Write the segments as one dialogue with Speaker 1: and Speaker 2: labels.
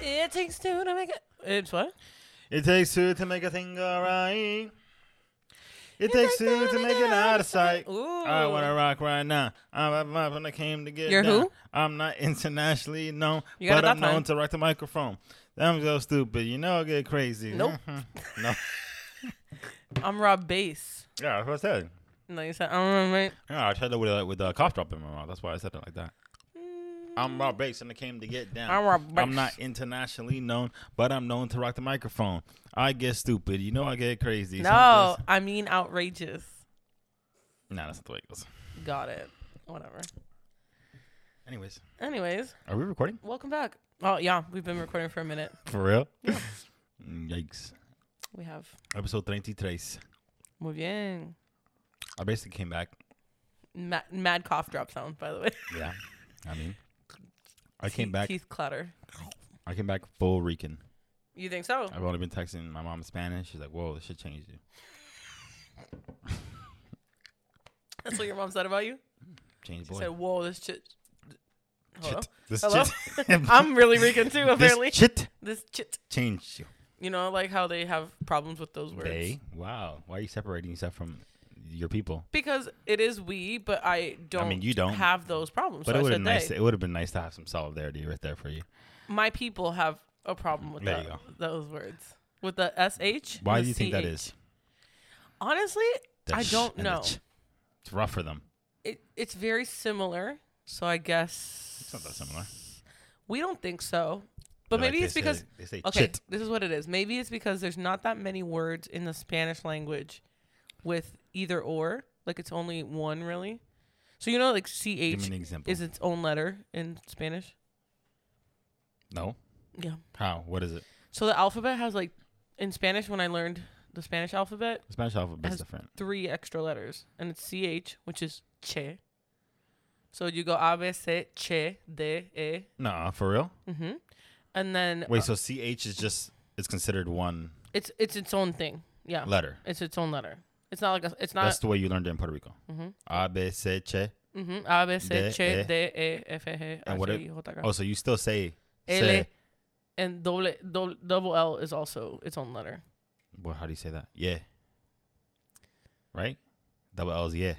Speaker 1: It takes two to make it. It's what?
Speaker 2: It takes two to make a thing go right. It takes two to make it out of sight.
Speaker 1: Ooh.
Speaker 2: I want to rock right now. I'm a vibe when I came to get
Speaker 1: You're
Speaker 2: down.
Speaker 1: who?
Speaker 2: I'm not internationally known,
Speaker 1: You got
Speaker 2: but
Speaker 1: it
Speaker 2: I'm
Speaker 1: that time.
Speaker 2: known to rock the microphone. I'm so stupid. You know I get crazy.
Speaker 1: Nope.
Speaker 2: Mhm. no.
Speaker 1: I'm Rob Bass.
Speaker 2: Yeah, that's what I said.
Speaker 1: No, you said I'm Rob Bass.
Speaker 2: Yeah, I tried that with a, with a cough drop in my mouth. That's why I said it like that.
Speaker 1: Mm.
Speaker 2: I'm Rob Bass and I came to get down.
Speaker 1: I'm Rob
Speaker 2: I'm
Speaker 1: Bass.
Speaker 2: not internationally known, but I'm known to rock the microphone. I get stupid. You know I get crazy.
Speaker 1: No, I mean outrageous.
Speaker 2: No, nah, that's not the way it goes.
Speaker 1: Got it. Whatever.
Speaker 2: Anyways,
Speaker 1: Anyways,
Speaker 2: are we recording?
Speaker 1: welcome back. Oh yeah, we've been recording for a minute.
Speaker 2: For real? Mm, Yikes.
Speaker 1: We have.
Speaker 2: Episode 33.
Speaker 1: Muy bien.
Speaker 2: I basically came back.
Speaker 1: Mad, mad cough drop sound, by the way.
Speaker 2: Yeah. I mean, I came
Speaker 1: Teeth-
Speaker 2: back.
Speaker 1: Teeth clatter.
Speaker 2: I came back full Rican.
Speaker 1: You think so?
Speaker 2: I've only been texting my mom in Spanish. She's like, whoa, this shit changed you.
Speaker 1: That's what your mom said about you.
Speaker 2: Changed
Speaker 1: She
Speaker 2: boy.
Speaker 1: said, "Whoa, this shit." Hello.
Speaker 2: Chit. This
Speaker 1: Hello?
Speaker 2: chit.
Speaker 1: I'm really Rican too, apparently.
Speaker 2: This chit
Speaker 1: This chit.
Speaker 2: changed you.
Speaker 1: You know, like how they have problems with those words.
Speaker 2: They? Wow. Why are you separating yourself from your people?
Speaker 1: Because it is we, but I don't.
Speaker 2: you don't.
Speaker 1: have those problems.
Speaker 2: But
Speaker 1: so
Speaker 2: it
Speaker 1: I
Speaker 2: would have
Speaker 1: said
Speaker 2: been nice.
Speaker 1: they.
Speaker 2: To, it would have been nice to have some solidarity right there for you.
Speaker 1: My people have a problem with
Speaker 2: There
Speaker 1: that,
Speaker 2: you go.
Speaker 1: those words with the sh. and
Speaker 2: Why
Speaker 1: the
Speaker 2: do you think that
Speaker 1: CH.
Speaker 2: is?
Speaker 1: Honestly,
Speaker 2: The
Speaker 1: I
Speaker 2: sh
Speaker 1: don't
Speaker 2: and the
Speaker 1: know.
Speaker 2: ch. It's rough for them.
Speaker 1: It, it's very similar, so I guess
Speaker 2: It's not that similar.
Speaker 1: We don't think so, but
Speaker 2: They're like,
Speaker 1: maybe
Speaker 2: they
Speaker 1: it's because
Speaker 2: say, they say
Speaker 1: Okay,
Speaker 2: chit.
Speaker 1: this is what it is. Maybe it's because there's not that many words in the Spanish language with either or. Like it's only one really. So you know like
Speaker 2: Give me
Speaker 1: CH
Speaker 2: an example.
Speaker 1: is its own letter in Spanish.
Speaker 2: no.
Speaker 1: Yeah.
Speaker 2: How? What is it?
Speaker 1: So the alphabet has like in Spanish when I learned the Spanish alphabet,
Speaker 2: The Spanish alphabet is
Speaker 1: Has-
Speaker 2: different.
Speaker 1: three extra letters and it's CH which is che. So you go A B C che de e.
Speaker 2: Nah, for real.
Speaker 1: Mhm. And then
Speaker 2: Wait, so
Speaker 1: uh,
Speaker 2: CH is just is considered one
Speaker 1: it's it's its own thing. Yeah.
Speaker 2: letter.
Speaker 1: It's its own letter. It's not like a, it's not
Speaker 2: That's the way you learned it in Puerto Rico.
Speaker 1: Mhm.
Speaker 2: A B C C.
Speaker 1: Mm-hmm. A, B,
Speaker 2: D,
Speaker 1: C,
Speaker 2: E.
Speaker 1: C, D, E, F, G,
Speaker 2: And what
Speaker 1: H,
Speaker 2: it-
Speaker 1: I, J, K.
Speaker 2: Oh, so you still say
Speaker 1: L,
Speaker 2: say-
Speaker 1: and double, double, double L is also its own letter.
Speaker 2: Well, how do you say that? Yeah. Right? Double L's yeah.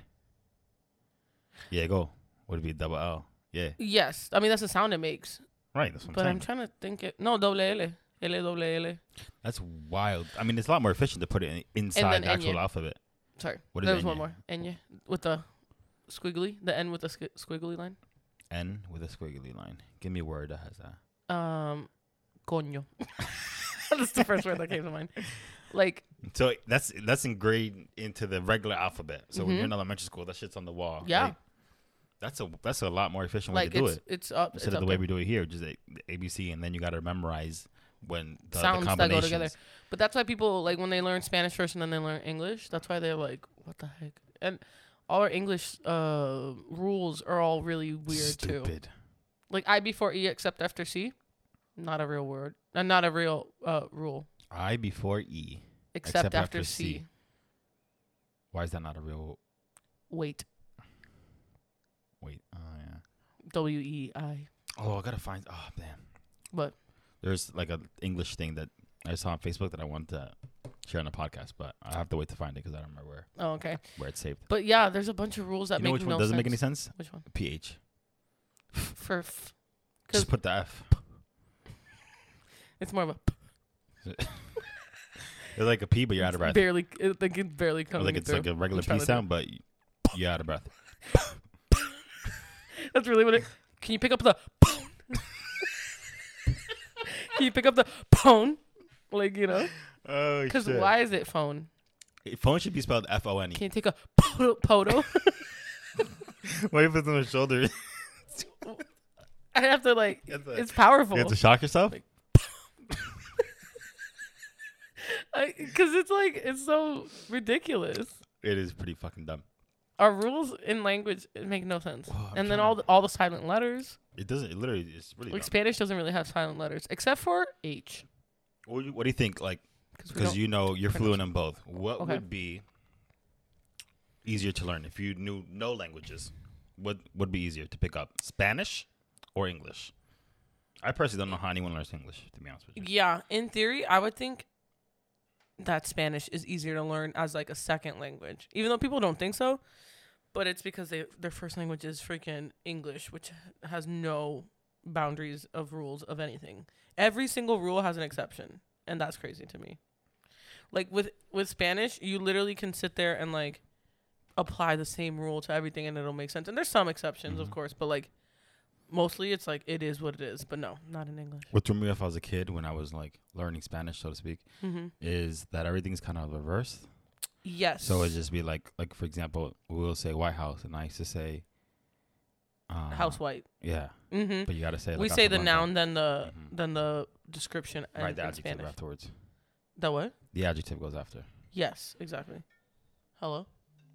Speaker 2: Yeah, go. Would it be double L? Yeah.
Speaker 1: Yes. I mean, that's the sound it makes.
Speaker 2: Right, that's what I'm
Speaker 1: But
Speaker 2: saying.
Speaker 1: I'm trying to think it. No, double L. L, double L.
Speaker 2: that's wild. I mean, it's a lot more efficient to put it in, inside
Speaker 1: then
Speaker 2: the actual
Speaker 1: Enya.
Speaker 2: alphabet.
Speaker 1: Sorry.
Speaker 2: What is
Speaker 1: there was one
Speaker 2: Enya?
Speaker 1: more. Enya. With the squiggly. The N with the squi- squiggly line.
Speaker 2: N with a squiggly line. Give me a word that has that.
Speaker 1: Um, Coño. that's the first word that came to mind. Like,
Speaker 2: So that's that's ingrained into the regular alphabet. So when you're in
Speaker 1: Mhm.
Speaker 2: elementary school, that shit's on the wall.
Speaker 1: Yeah.
Speaker 2: Like, that's a that's a lot more efficient way
Speaker 1: like
Speaker 2: to do
Speaker 1: it's,
Speaker 2: it
Speaker 1: it's up.
Speaker 2: instead of
Speaker 1: it's
Speaker 2: the
Speaker 1: up
Speaker 2: way
Speaker 1: there.
Speaker 2: we do it here, just a, the ABC, and then you got to memorize when the, the
Speaker 1: Sounds that go
Speaker 2: combinations.
Speaker 1: together. But that's why people like when they learn Spanish first and then they learn English. That's why they're like, what the heck? And all our English uh, rules are all really weird too.
Speaker 2: Stupid.
Speaker 1: Like I before E except after C, not a real word and not a real uh, rule
Speaker 2: I before E.
Speaker 1: except,
Speaker 2: Except
Speaker 1: after,
Speaker 2: after
Speaker 1: C.
Speaker 2: C. Why is that not a real?
Speaker 1: Wait,
Speaker 2: Wait. Oh yeah.
Speaker 1: W E I.
Speaker 2: Oh, I gotta find. Oh man.
Speaker 1: What?
Speaker 2: There's like an English thing that I saw on Facebook that I wanted to share on the podcast, but I have to wait to find it because I don't remember where
Speaker 1: Oh, okay.
Speaker 2: where it's saved.
Speaker 1: But yeah, there's a bunch of rules that
Speaker 2: you know
Speaker 1: make
Speaker 2: which
Speaker 1: no
Speaker 2: one doesn't
Speaker 1: sense.
Speaker 2: make any sense?
Speaker 1: Which one?
Speaker 2: PH.
Speaker 1: For f- 'Cause-
Speaker 2: Just put the F.
Speaker 1: it's more of a
Speaker 2: It's like a P, but you're out of breath.
Speaker 1: barely. It, like it barely comes.
Speaker 2: like it's like a regular
Speaker 1: trying
Speaker 2: P
Speaker 1: to do-
Speaker 2: sound, but y- you're out of breath.
Speaker 1: That's really what it. Can you pick up the pone? can you pick up the pone? Like you know,
Speaker 2: Oh
Speaker 1: because why is it phone?
Speaker 2: Phone should be spelled F O N E.
Speaker 1: Can you take a poto? poto?
Speaker 2: What if it's on the shoulder?
Speaker 1: I have to like.
Speaker 2: You have to-
Speaker 1: It's powerful.
Speaker 2: you have to shock yourself.
Speaker 1: Like- Because it's like it's so ridiculous.
Speaker 2: It is pretty fucking dumb.
Speaker 1: Our rules in language it make no sense.
Speaker 2: Oh, I'm
Speaker 1: and then
Speaker 2: trying
Speaker 1: all
Speaker 2: to-
Speaker 1: the, all the silent letters.
Speaker 2: It doesn't. It literally, it's really.
Speaker 1: Like
Speaker 2: dumb.
Speaker 1: Spanish doesn't really have silent letters except for H.
Speaker 2: What do you, what do you think? Like,
Speaker 1: Because
Speaker 2: because you know you're
Speaker 1: pronounce
Speaker 2: fluent in both. What
Speaker 1: Okay.
Speaker 2: would be easier to learn if you knew no languages? What would be easier to pick up, Spanish or English? I personally don't know how anyone learns English, to be honest with you.
Speaker 1: Yeah, in theory, I would think that Spanish is easier to learn as like a second language, even though people don't think so. But it's because they their first language is freaking English, which has no boundaries of rules of anything. Every single rule has an exception, and that's crazy to me. Like with with Spanish, you literally can sit there and like apply the same rule to everything, and it'll make sense. And there's some exceptions, of
Speaker 2: Mhm.
Speaker 1: course, but like mostly it's like it is what it is. But no, not in English.
Speaker 2: What threw me off as a kid when I was like learning Spanish, so to speak,
Speaker 1: Mm-hmm.
Speaker 2: is that everything's kind of reversed.
Speaker 1: Yes.
Speaker 2: So it'd just be like, like for example, we will say White House, and I used to say um,
Speaker 1: house white.
Speaker 2: Yeah,
Speaker 1: Mm-hmm.
Speaker 2: but you gotta say.
Speaker 1: we
Speaker 2: like,
Speaker 1: say the
Speaker 2: Casablanca.
Speaker 1: noun, then the
Speaker 2: Mhm.
Speaker 1: then the description and
Speaker 2: Right, the
Speaker 1: in
Speaker 2: adjective
Speaker 1: Spanish.
Speaker 2: afterwards.
Speaker 1: The what?
Speaker 2: The adjective goes after.
Speaker 1: Yes, exactly. Hello,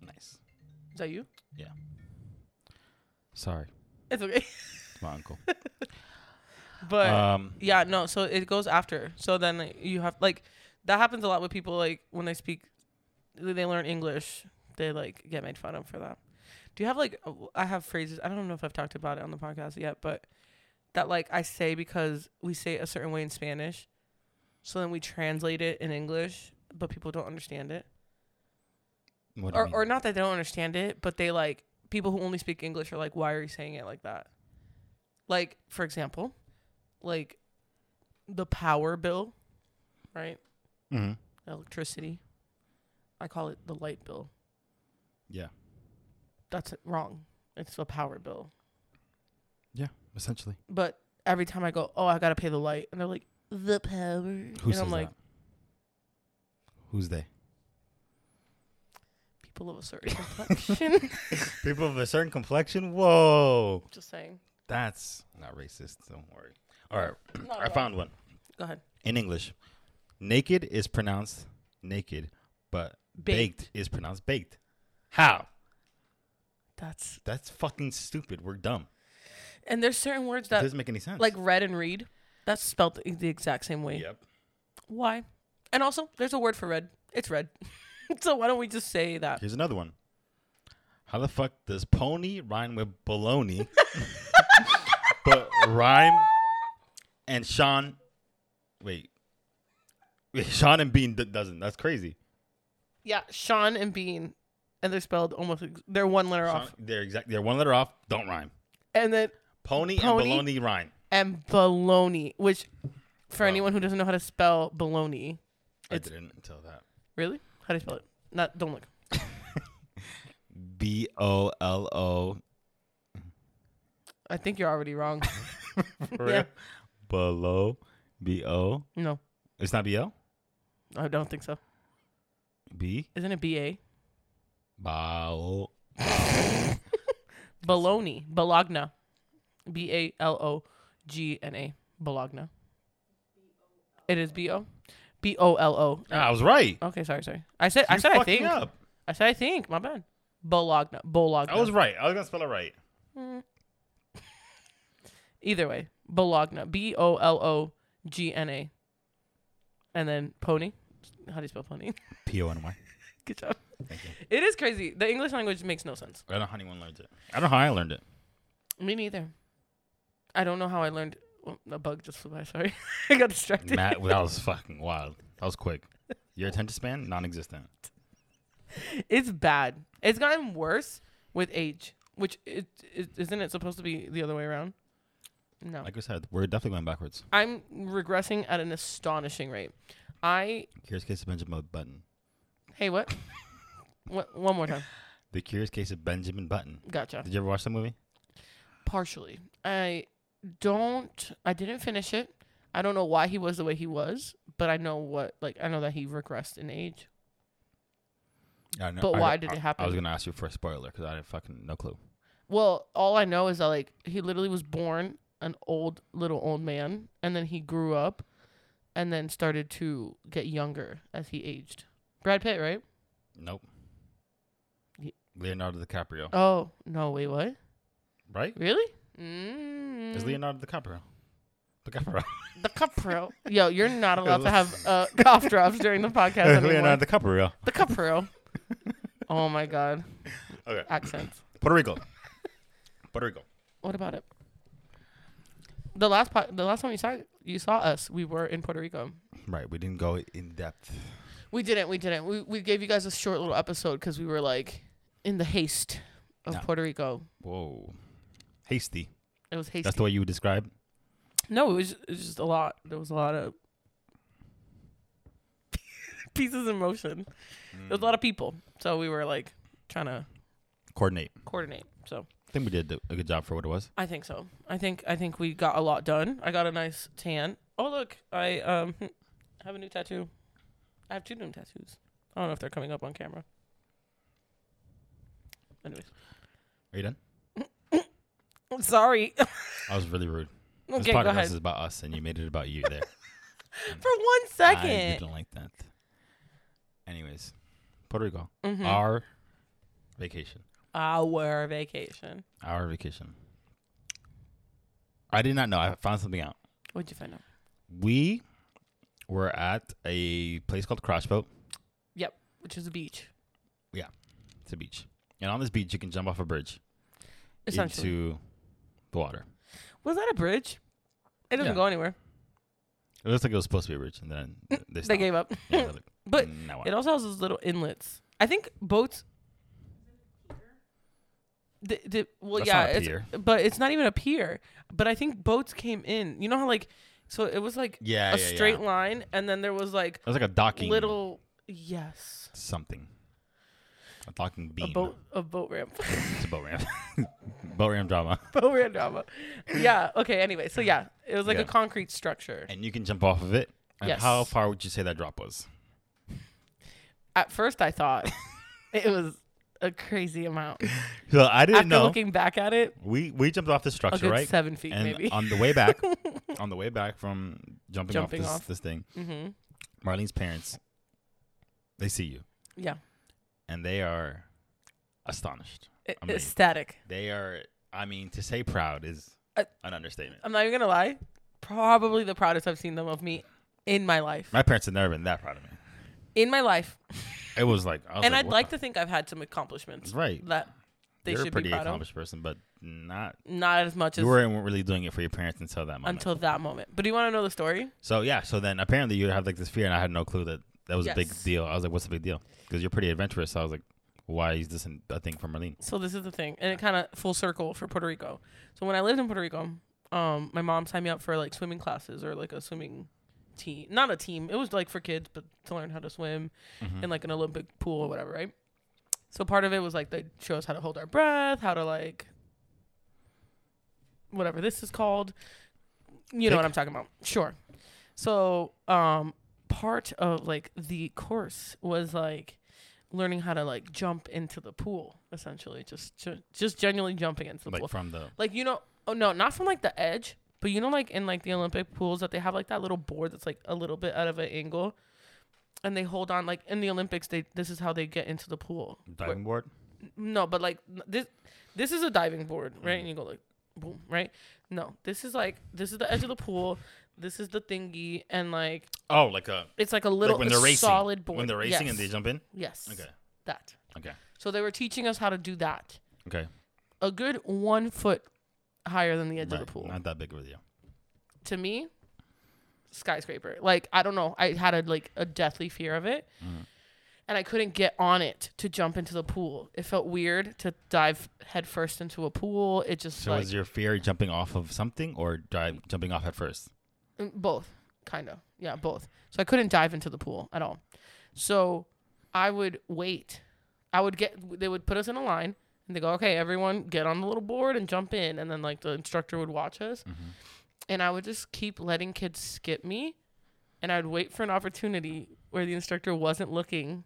Speaker 2: Nice.
Speaker 1: is that you?
Speaker 2: Sorry,
Speaker 1: It's okay,
Speaker 2: it's my uncle.
Speaker 1: but
Speaker 2: um,
Speaker 1: yeah, no. So it goes after. So then like, you have like that happens a lot with people like when they speak, they learn English, they like get made fun of for that. Do you have like a- I have phrases? I don't know if I've talked about it on the podcast yet, but that like I say because we say it a certain way in Spanish, so then we translate it in English, but people don't understand it.
Speaker 2: what do you
Speaker 1: or,
Speaker 2: mean?
Speaker 1: or not that they don't understand it, but they like people who only speak English are like, why are you saying it like that? Like, for example, like the power bill, right?
Speaker 2: Mhm.
Speaker 1: Electricity. I call it the light bill.
Speaker 2: Yeah.
Speaker 1: That's wrong. It's a power bill.
Speaker 2: essentially.
Speaker 1: But every time I go, oh, I got to pay the light. And they're like, the power.
Speaker 2: Who
Speaker 1: and
Speaker 2: says
Speaker 1: I'm like,
Speaker 2: that? Who's they?
Speaker 1: people of a certain complexion.
Speaker 2: People of a certain complexion. Whoa,
Speaker 1: Just saying.
Speaker 2: that's not racist. Don't worry. All right,
Speaker 1: Not
Speaker 2: I
Speaker 1: at all.
Speaker 2: found one
Speaker 1: Go ahead.
Speaker 2: in English. Naked is pronounced naked, but
Speaker 1: Baked.
Speaker 2: baked, is pronounced baked. How?
Speaker 1: That's.
Speaker 2: That's fucking stupid. We're dumb.
Speaker 1: And there's certain words
Speaker 2: That
Speaker 1: that
Speaker 2: doesn't make any sense.
Speaker 1: like read and read. That's spelled the- the exact same way.
Speaker 2: yep.
Speaker 1: Why? And also, there's a word for red. It's red. so why don't we just say that?
Speaker 2: Here's another one. How the fuck does pony rhyme with baloney, but rhyme and Sean? Wait, wait, Sean and Bean d- doesn't. That's crazy.
Speaker 1: Yeah, Sean and Bean, and they're spelled almost. ex- They're one letter
Speaker 2: Sean-
Speaker 1: off,
Speaker 2: they're exact. They're one letter off. Don't rhyme.
Speaker 1: and then
Speaker 2: Pony,
Speaker 1: Pony?
Speaker 2: and baloney rhyme.
Speaker 1: and baloney, which for
Speaker 2: Wow.
Speaker 1: anyone who doesn't know how to spell baloney, It's-
Speaker 2: I didn't until that.
Speaker 1: really, how do you spell it? Not don't look.
Speaker 2: B o l o.
Speaker 1: I think you're already wrong.
Speaker 2: For
Speaker 1: Yeah.
Speaker 2: real? Below. B o.
Speaker 1: no,
Speaker 2: It's not b o.
Speaker 1: I don't think so.
Speaker 2: B.
Speaker 1: Isn't it B A?
Speaker 2: Bao.
Speaker 1: Baloney, Bologna, B A L O G N A, Bologna. It is B O, B O L O.
Speaker 2: Ah, I was right.
Speaker 1: Okay, sorry, sorry. I said I
Speaker 2: You
Speaker 1: said I
Speaker 2: fucking
Speaker 1: think.
Speaker 2: up.
Speaker 1: I said I think. My bad. Bologna. Bologna.
Speaker 2: I was right. I was gonna spell it right.
Speaker 1: Either way, Bologna. B O L O G N A. And then pony. How do you spell pony?
Speaker 2: P O N Y.
Speaker 1: Good job.
Speaker 2: Thank you.
Speaker 1: It is crazy. The English language makes no sense.
Speaker 2: I don't know how anyone learned it. I don't know how I learned it.
Speaker 1: Me neither. I don't know how I learned. Oh, a bug just flew by. Sorry, I got distracted.
Speaker 2: Matt, that was fucking wild. That was quick. Your attention span, non-existent.
Speaker 1: It's bad. It's gotten worse with age, which it, it isn't. It supposed to be the other way around. No.
Speaker 2: Like I said, we're definitely going backwards.
Speaker 1: I'm regressing at an astonishing rate. I
Speaker 2: Curious Case of Benjamin Button.
Speaker 1: hey what? what one more time.
Speaker 2: The Curious Case of Benjamin Button.
Speaker 1: Gotcha.
Speaker 2: Did you ever watch that movie?
Speaker 1: Partially. I don't I didn't finish it. I don't know why he was the way he was, but I know what like I know that he regressed in age.
Speaker 2: I know,
Speaker 1: But
Speaker 2: I-
Speaker 1: why did
Speaker 2: I-
Speaker 1: it happen?
Speaker 2: I was gonna ask you for a spoiler because I had fucking no clue.
Speaker 1: Well, all I know is that like he literally was born an old little old man and then he grew up and then started to get younger as he aged. Brad Pitt, right?
Speaker 2: Nope.
Speaker 1: Ye-
Speaker 2: Leonardo DiCaprio,
Speaker 1: Oh, no, wait, what?
Speaker 2: right?
Speaker 1: Really? Mm.
Speaker 2: Is Leonardo DiCaprio? DiCaprio.
Speaker 1: The Caprio. Yo, you're not allowed to
Speaker 2: It
Speaker 1: have uh, cough drops during the podcast anymore.
Speaker 2: Leonardo DiCaprio.
Speaker 1: The Caprio. Oh my God.
Speaker 2: Okay.
Speaker 1: Accents.
Speaker 2: Puerto Rico. Puerto Rico.
Speaker 1: What about it? The last po- the last time you saw you saw us, we were in Puerto Rico.
Speaker 2: Right, we didn't go in depth.
Speaker 1: We didn't. We didn't. We we gave you guys a short little episode because we were like in the haste of
Speaker 2: No.
Speaker 1: Puerto Rico.
Speaker 2: Whoa, hasty.
Speaker 1: It was hasty.
Speaker 2: That's the way you would describe.
Speaker 1: no, it was, it was just a lot. There was a lot of pieces in motion. There
Speaker 2: Hmm.
Speaker 1: was a lot of people, so we were like trying to
Speaker 2: Coordinate.
Speaker 1: coordinate. So
Speaker 2: I think we did a good job for what it was.
Speaker 1: I think so. I think I think we got a lot done. I got a nice tan. Oh look, I um have a new tattoo. I have two new tattoos. I don't know if they're coming up on camera. Anyways,
Speaker 2: Are you done?
Speaker 1: I'm sorry.
Speaker 2: I was really rude. this
Speaker 1: okay, go
Speaker 2: podcast
Speaker 1: ahead.
Speaker 2: is about us, and you made it about you there.
Speaker 1: For one
Speaker 2: I
Speaker 1: second.
Speaker 2: didn't like that. Anyways, Puerto Rico.
Speaker 1: Mhm.
Speaker 2: Our vacation.
Speaker 1: Our vacation.
Speaker 2: Our vacation. I did not know. I found something out.
Speaker 1: What'd you find out?
Speaker 2: We were at a place called Crossboat.
Speaker 1: Which is a beach,
Speaker 2: It's a beach. And on this beach, you can jump off a bridge
Speaker 1: essentially.
Speaker 2: into the water.
Speaker 1: Was that a bridge? It doesn't
Speaker 2: Yeah.
Speaker 1: go anywhere.
Speaker 2: It looks like it was supposed to be a bridge, and then they,
Speaker 1: Mm, They
Speaker 2: stopped.
Speaker 1: gave up.
Speaker 2: Yeah, they're like, "Mm,
Speaker 1: But
Speaker 2: "Nah,
Speaker 1: It
Speaker 2: whatever."
Speaker 1: also has those little inlets. I think boats. The, the, well,
Speaker 2: That's
Speaker 1: yeah,
Speaker 2: not a
Speaker 1: it's,
Speaker 2: pier.
Speaker 1: but it's not even a pier. But I think boats came in. You know how like, so it was like
Speaker 2: yeah,
Speaker 1: a
Speaker 2: yeah,
Speaker 1: straight
Speaker 2: yeah.
Speaker 1: line, and then there was like
Speaker 2: It was like a docking
Speaker 1: little yes,
Speaker 2: something. A docking beam.
Speaker 1: a boat a boat ramp,
Speaker 2: It's a boat ramp. boat ramp drama.
Speaker 1: boat ramp drama. Yeah. Okay. Anyway, so yeah, it was like
Speaker 2: Yeah.
Speaker 1: a concrete structure.
Speaker 2: And you can jump off of it. And
Speaker 1: Yes.
Speaker 2: how far would you say that drop was?
Speaker 1: At first, I thought it was a crazy amount.
Speaker 2: So I didn't
Speaker 1: After
Speaker 2: know.
Speaker 1: looking back at it,
Speaker 2: we we jumped off the
Speaker 1: a
Speaker 2: structure,
Speaker 1: good
Speaker 2: right?
Speaker 1: seven feet
Speaker 2: and
Speaker 1: maybe.
Speaker 2: on the way back, on the way back from jumping,
Speaker 1: Jumping
Speaker 2: off, this,
Speaker 1: off.
Speaker 2: this thing,
Speaker 1: mm-hmm.
Speaker 2: Marlene's parents, they see you
Speaker 1: Yeah.
Speaker 2: and they are astonished.
Speaker 1: E-
Speaker 2: Amazing.
Speaker 1: ecstatic.
Speaker 2: They are. I mean, to say proud is
Speaker 1: Uh,
Speaker 2: an understatement.
Speaker 1: I'm not even gonna lie. Probably the proudest I've seen them of me in my life.
Speaker 2: My parents had never been that proud of me.
Speaker 1: In my life,
Speaker 2: It was like, I was
Speaker 1: and
Speaker 2: like,
Speaker 1: I'd
Speaker 2: "What
Speaker 1: like
Speaker 2: the
Speaker 1: to think I've had some accomplishments
Speaker 2: f- right.
Speaker 1: that they
Speaker 2: You're a
Speaker 1: should be
Speaker 2: pretty
Speaker 1: proud of.
Speaker 2: accomplished person, but not.
Speaker 1: Not as much as
Speaker 2: you weren't really doing it for your parents until that moment.
Speaker 1: until that moment. But do you want to know the story?
Speaker 2: So yeah, so then apparently you have like this fear, and I had no clue that that was a big
Speaker 1: Yes.
Speaker 2: deal. I was like, "What's the big deal?" Because you're pretty adventurous. So I was like, "Why is this an- a thing for Marlene?"
Speaker 1: So this is the thing, and it kind of full circle for Puerto Rico. So when I lived in Puerto Rico, um, my mom signed me up for like swimming classes or like a swimming team. Not a team. It was like for kids, but to learn how to swim
Speaker 2: Mm-hmm.
Speaker 1: in like an Olympic pool or whatever, right? So part of it was like they show us how to hold our breath, how to like whatever this is called. You know what
Speaker 2: Kick?
Speaker 1: I'm talking about. Sure. So um part of like the course was like learning how to like jump into the pool essentially just ju- just genuinely jumping into the
Speaker 2: Like
Speaker 1: pool
Speaker 2: from the
Speaker 1: like you know oh no not from like the edge but you know like in like the olympic pools that they have like that little board that's like a little bit out of an angle and they hold on like in the olympics they this is how they get into the pool Where-
Speaker 2: diving board.
Speaker 1: no but like n- this this is a diving board
Speaker 2: Mm-hmm.
Speaker 1: right and you go like boom right no this is like this is the edge of the pool this is the thingy and like
Speaker 2: Oh, like a
Speaker 1: it's like a little
Speaker 2: like when they're racing,
Speaker 1: solid board
Speaker 2: when they're racing
Speaker 1: yes.
Speaker 2: and they jump in.
Speaker 1: yes
Speaker 2: Okay,
Speaker 1: that
Speaker 2: okay,
Speaker 1: so they were teaching us how to do that
Speaker 2: okay.
Speaker 1: a good one foot higher than the edge of
Speaker 2: Right,
Speaker 1: the pool
Speaker 2: Not that big of a deal.
Speaker 1: to me, skyscraper. Like I don't know, I had a like a deathly fear of it, and I couldn't get on it to jump into the pool. It felt weird to dive headfirst into a pool. It just
Speaker 2: So
Speaker 1: like
Speaker 2: was your fear jumping off of something or dive, jumping off at first?
Speaker 1: Mm, both kind of yeah both so i couldn't dive into the pool at all so i would wait i would get they would put us in a line and they go okay everyone get on the little board and jump in and then like the instructor would watch us
Speaker 2: Mm-hmm.
Speaker 1: and i would just keep letting kids skip me and i would wait for an opportunity where the instructor wasn't looking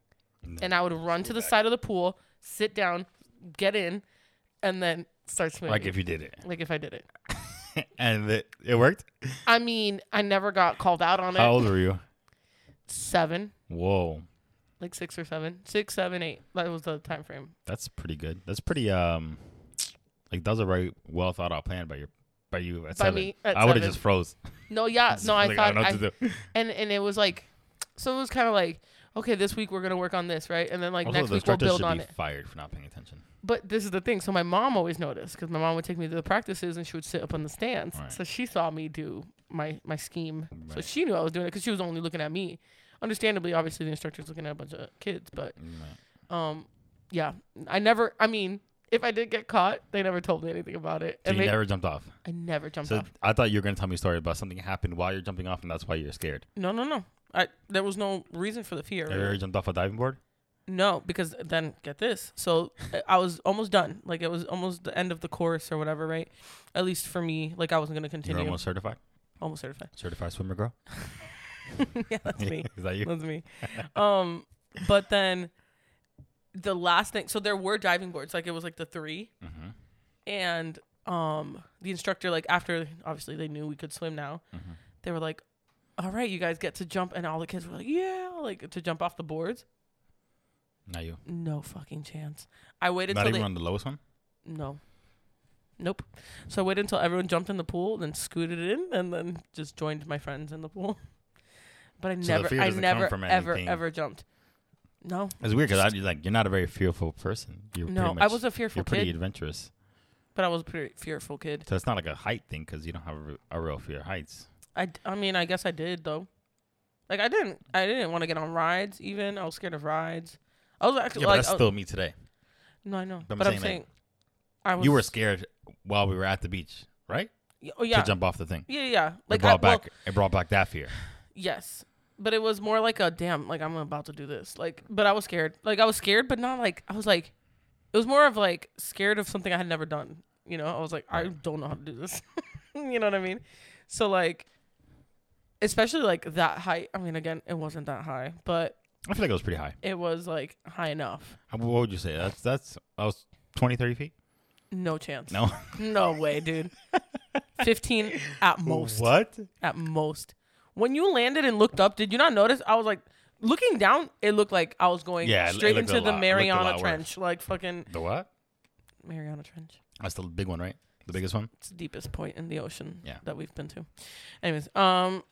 Speaker 1: and i would run to the side of the pool sit down get in and then start swimming
Speaker 2: Like if you did it,
Speaker 1: like if i did it
Speaker 2: and it, it worked.
Speaker 1: i mean i never got called out on it
Speaker 2: How old were you?
Speaker 1: seven
Speaker 2: Whoa,
Speaker 1: like six or seven, six, seven, eight. That was the time frame.
Speaker 2: that's pretty good. That's pretty um, like that was a very well thought out plan by your by you at
Speaker 1: By
Speaker 2: seven.
Speaker 1: me at
Speaker 2: I would have
Speaker 1: seven.
Speaker 2: just froze.
Speaker 1: No, yeah, no, I
Speaker 2: Like,
Speaker 1: thought,
Speaker 2: don't
Speaker 1: I
Speaker 2: know what to do.
Speaker 1: and and it was like, so it was kind of like, okay, this week we're gonna work on this, right? And then like
Speaker 2: also,
Speaker 1: next
Speaker 2: those
Speaker 1: week we'll
Speaker 2: directors
Speaker 1: build
Speaker 2: should
Speaker 1: on
Speaker 2: be
Speaker 1: it.
Speaker 2: fired for not paying attention.
Speaker 1: But this is the thing. So my mom always noticed because my mom would take me to the practices and she would sit up on the stands.
Speaker 2: Right.
Speaker 1: So she saw me do my my scheme. So
Speaker 2: Right.
Speaker 1: she knew I was doing it because she was only looking at me. Understandably, obviously the instructor's looking at a bunch of kids, but
Speaker 2: Right.
Speaker 1: um, yeah, I never. I mean, if I did get caught, they never told me anything about it.
Speaker 2: So you
Speaker 1: they-
Speaker 2: never jumped off.
Speaker 1: I never jumped
Speaker 2: So
Speaker 1: off.
Speaker 2: I thought you were gonna tell me a story about something happened while you're jumping off, and that's why you're scared.
Speaker 1: No, no, no. I there was no reason for the fear.
Speaker 2: Have you ever jumped off a diving board?
Speaker 1: No, because then get this. So I- I was almost done. Like it was almost the end of the course or whatever, right? At least for me, like I wasn't gonna
Speaker 2: You're
Speaker 1: continue.
Speaker 2: almost certified.
Speaker 1: almost certified.
Speaker 2: Certified swimmer girl.
Speaker 1: yeah, that's me.
Speaker 2: Is that you?
Speaker 1: That's me. Um, but then the last thing. So there were diving boards. Like it was like the three,
Speaker 2: Mm-hmm.
Speaker 1: and um, the instructor like after obviously they knew we could swim now.
Speaker 2: Mhm.
Speaker 1: They were like, "All right, you guys get to jump," and all the kids were like, "Yeah!" Like to jump off the boards.
Speaker 2: Not you.
Speaker 1: No fucking chance. I waited
Speaker 2: Not
Speaker 1: till
Speaker 2: even
Speaker 1: they
Speaker 2: on the lowest one.
Speaker 1: no. Nope. So I waited until everyone jumped in the pool, then scooted in, and then just joined my friends in the pool. But I
Speaker 2: the
Speaker 1: never,
Speaker 2: fear
Speaker 1: I
Speaker 2: doesn't come
Speaker 1: never,
Speaker 2: from
Speaker 1: ever,
Speaker 2: anything.
Speaker 1: ever jumped. No,
Speaker 2: It's weird because like you're not a very fearful person. You're
Speaker 1: no.
Speaker 2: pretty much,
Speaker 1: I was a fearful
Speaker 2: you're pretty
Speaker 1: kid,
Speaker 2: adventurous,
Speaker 1: but I was a pretty fearful kid.
Speaker 2: so it's not like a height thing because you don't have a, re- a real fear of heights.
Speaker 1: I, d- I mean, I guess I did though. Like I didn't, I didn't want to get on rides. Even I was scared of rides. I was actually
Speaker 2: Yeah, but
Speaker 1: like, uh,
Speaker 2: that's
Speaker 1: I-
Speaker 2: still me today.
Speaker 1: no, I know,
Speaker 2: I'm
Speaker 1: but I'm
Speaker 2: saying, like,
Speaker 1: saying, I was.
Speaker 2: You were scared while we were at the beach, right?
Speaker 1: y- Oh yeah,
Speaker 2: To jump off the thing.
Speaker 1: yeah, yeah. Like
Speaker 2: it
Speaker 1: I,
Speaker 2: brought
Speaker 1: well,
Speaker 2: back it brought back that fear.
Speaker 1: Yes. But it was more like a damn, like I'm about to do this. Like, but I was scared. Like, I was scared, but not like, I was like, it was more of like scared of something I had never done. You know, I was like, I don't know how to do this. you know what I mean? So, like, especially like that height. I mean, again, it wasn't that high, but
Speaker 2: I feel like it was pretty high.
Speaker 1: it was like high enough.
Speaker 2: How- What would you say? That's that's I was 20, 30 feet.
Speaker 1: No chance.
Speaker 2: No,
Speaker 1: No way, dude. 15 at most.
Speaker 2: What?
Speaker 1: at most. When you landed and looked up, did you not notice? I was like looking down. It looked like I was going
Speaker 2: Yeah, it- it
Speaker 1: straight
Speaker 2: looked a
Speaker 1: into the
Speaker 2: lot- it looked a lot
Speaker 1: Mariana
Speaker 2: worse.
Speaker 1: Trench, like fucking
Speaker 2: The what?
Speaker 1: Mariana Trench.
Speaker 2: That's the big one, right? The biggest one.
Speaker 1: It's the deepest point in the ocean
Speaker 2: Yeah.
Speaker 1: that we've been to. Anyways, um,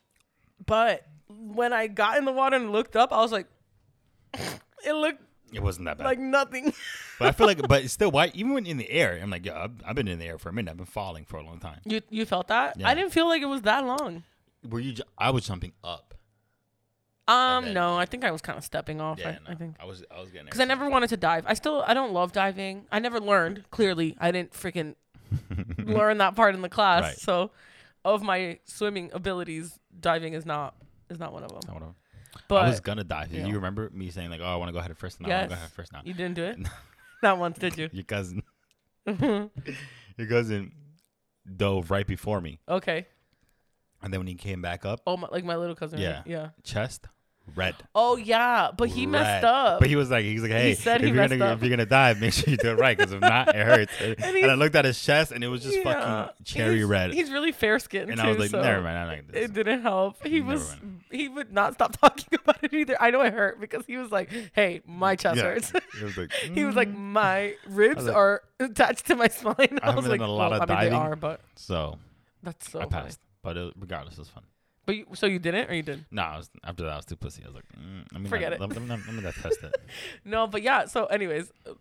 Speaker 1: but when I got in the water and looked up, I was like, it looked
Speaker 2: It wasn't that bad.
Speaker 1: like nothing.
Speaker 2: but I feel like, but it's still white. Even when in the air, I'm like, yeah, I've, I've been in the air for a minute. I've been falling for a long time.
Speaker 1: you you felt that?
Speaker 2: Yeah.
Speaker 1: I didn't feel like it was that long.
Speaker 2: Were you? Ju- I was jumping up.
Speaker 1: Um,
Speaker 2: then-
Speaker 1: no, I think I was kind of stepping off.
Speaker 2: Yeah,
Speaker 1: I, I
Speaker 2: no,
Speaker 1: think.
Speaker 2: I was. I was getting.
Speaker 1: because I never wanted to dive. I still I don't love diving. I never learned. Clearly, I didn't freaking learn that part in the class.
Speaker 2: Right.
Speaker 1: So, of my swimming abilities, diving is not is not one of them.
Speaker 2: I, wanna-
Speaker 1: But
Speaker 2: I was gonna die. Do
Speaker 1: Yeah.
Speaker 2: you remember me saying like, "Oh, I want to go ahead first now. I want to
Speaker 1: Yes.
Speaker 2: go ahead first now."
Speaker 1: you didn't do it. not once did you?
Speaker 2: Your cousin, your cousin, dove right before me,
Speaker 1: okay.
Speaker 2: and then when he came back up,
Speaker 1: Oh my, like my little cousin.
Speaker 2: Yeah.
Speaker 1: Yeah.
Speaker 2: chest red.
Speaker 1: Oh yeah, but he messed
Speaker 2: Red.
Speaker 1: up.
Speaker 2: But he was like, he was like, hey,
Speaker 1: said
Speaker 2: if,
Speaker 1: he
Speaker 2: you're
Speaker 1: messed
Speaker 2: gonna,
Speaker 1: up.
Speaker 2: if you're gonna dive, make sure you do it right, because if not, it hurts. and,
Speaker 1: he-
Speaker 2: I looked at his chest, and it was just
Speaker 1: Yeah.
Speaker 2: fucking cherry
Speaker 1: He's-
Speaker 2: red.
Speaker 1: He's really fair skinned.
Speaker 2: and I was like,
Speaker 1: so
Speaker 2: never mind, I'm not gonna do
Speaker 1: It
Speaker 2: this.
Speaker 1: didn't help. He
Speaker 2: Never
Speaker 1: was he would not stop talking about it either. I know it hurt because he was like, "Hey, my chest
Speaker 2: Yeah.
Speaker 1: hurts."
Speaker 2: It was like,
Speaker 1: He was like,
Speaker 2: mm.
Speaker 1: my ribs
Speaker 2: like-
Speaker 1: are attached to my spine. I,
Speaker 2: haven't
Speaker 1: was
Speaker 2: done
Speaker 1: like,
Speaker 2: a lot
Speaker 1: well,
Speaker 2: of
Speaker 1: I mean, they
Speaker 2: diving.
Speaker 1: are, but
Speaker 2: so
Speaker 1: that's so
Speaker 2: I
Speaker 1: funny.
Speaker 2: passed. But it, regardless, it was fun.
Speaker 1: But you, so you didn't, or you did?
Speaker 2: No, I was, after that, I was too pussy. I was like, mm, let me
Speaker 1: Forget
Speaker 2: not, Let,
Speaker 1: it.
Speaker 2: let, me not- let me not test it.
Speaker 1: No, but yeah. So, anyways, uh,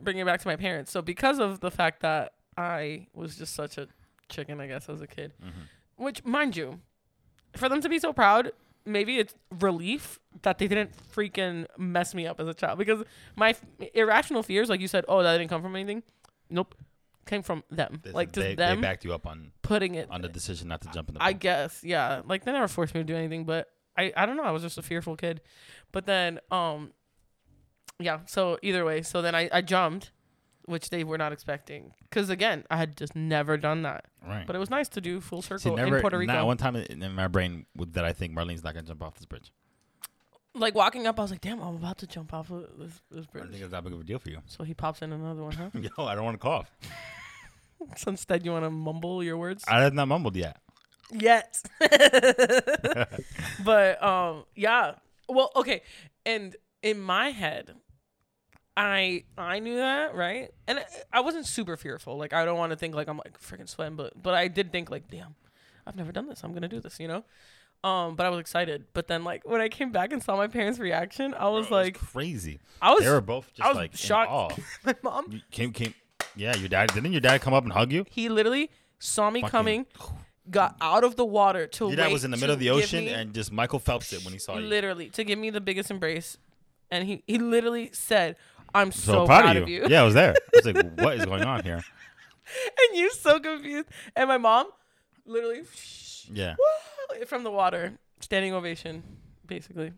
Speaker 1: bringing it back to my parents. So, because of the fact that I was just such a chicken, I guess, as a kid,
Speaker 2: Mhm.
Speaker 1: which, mind you, for them to be so proud, maybe it's relief that they didn't freaking mess me up as a child because my f- irrational fears, like you said, oh, that didn't come from anything. Nope, came from them.
Speaker 2: This-
Speaker 1: like just
Speaker 2: they,
Speaker 1: them
Speaker 2: they backed you up on
Speaker 1: putting it
Speaker 2: on the decision not to jump in the.
Speaker 1: I
Speaker 2: pool.
Speaker 1: guess, yeah. Like they never forced me to do anything, but I I don't know. I was just a fearful kid. But then um, yeah. So either way, so then I I jumped, which they were not expecting, because again I had just never done that.
Speaker 2: right.
Speaker 1: But it was nice to do full circle
Speaker 2: See, never,
Speaker 1: in Puerto Rico.
Speaker 2: Not one time in in my brain would- that I think Marlene's not gonna jump off this bridge.
Speaker 1: like walking up, I was like, damn, I'm about to jump off of this this
Speaker 2: I don't think
Speaker 1: bridge.
Speaker 2: it's that big of a deal for you.
Speaker 1: So he pops in another one, huh?
Speaker 2: Yo, I don't want to cough.
Speaker 1: so instead, you want to mumble your words?
Speaker 2: I have not mumbled yet.
Speaker 1: yet. but um yeah. Well, okay. And in my head, I I knew that, right? And I, I wasn't super fearful. Like I don't want to think like I'm like freaking sweating, but but I did think like, damn, I've never done this. I'm going to do this, you know? Um, but I was excited. But then like when I came back and saw my parents' reaction, I was
Speaker 2: Bro, it
Speaker 1: like
Speaker 2: crazy.
Speaker 1: I was
Speaker 2: they were both just
Speaker 1: I was
Speaker 2: like in
Speaker 1: shocked.
Speaker 2: awe.
Speaker 1: my mom
Speaker 2: You came, came. Yeah, your dad didn't. Your dad come up and hug you.
Speaker 1: he literally saw me
Speaker 2: Fucking-
Speaker 1: coming, got out of the water to
Speaker 2: Your dad
Speaker 1: wait
Speaker 2: was in the
Speaker 1: to
Speaker 2: middle of the
Speaker 1: give
Speaker 2: ocean
Speaker 1: me-
Speaker 2: and just Michael Phelps it when he saw you.
Speaker 1: literally to give me the biggest embrace. And he, he literally said, I'm so,
Speaker 2: so, proud,
Speaker 1: of you.
Speaker 2: Yeah, I was there. I was like, what is going on here?
Speaker 1: and you're so confused. And my mom literally
Speaker 2: Yeah.
Speaker 1: from the water, standing ovation, basically.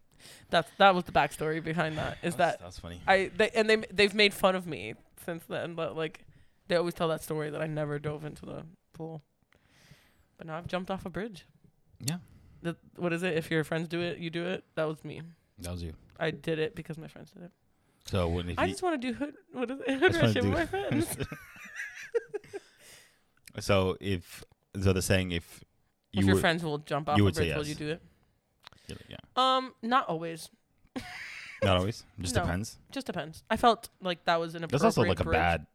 Speaker 1: That's that was the backstory behind that. Is
Speaker 2: That's-
Speaker 1: that
Speaker 2: that's funny?
Speaker 1: I they, and they they've made fun of me since then, but like they always tell that story that I never dove into the pool, but now I've jumped off a bridge.
Speaker 2: Yeah.
Speaker 1: The, what is it? If your friends do it, you do it. That was me.
Speaker 2: That was you.
Speaker 1: I did it because my friends did it.
Speaker 2: So when if
Speaker 1: I
Speaker 2: you-
Speaker 1: just want to do hood. What is it? Hood
Speaker 2: just wanna
Speaker 1: rush with
Speaker 2: do-
Speaker 1: my friends.
Speaker 2: so if so they're saying if you
Speaker 1: if your
Speaker 2: were-
Speaker 1: friends will jump off
Speaker 2: you
Speaker 1: a
Speaker 2: would say
Speaker 1: bridge, will you
Speaker 2: yes.
Speaker 1: do it?
Speaker 2: yeah, yeah,
Speaker 1: Um, not always.
Speaker 2: not always. Just
Speaker 1: No.
Speaker 2: depends.
Speaker 1: Just depends. I felt like that was an appropriate.
Speaker 2: That's also like a
Speaker 1: bridge.
Speaker 2: bad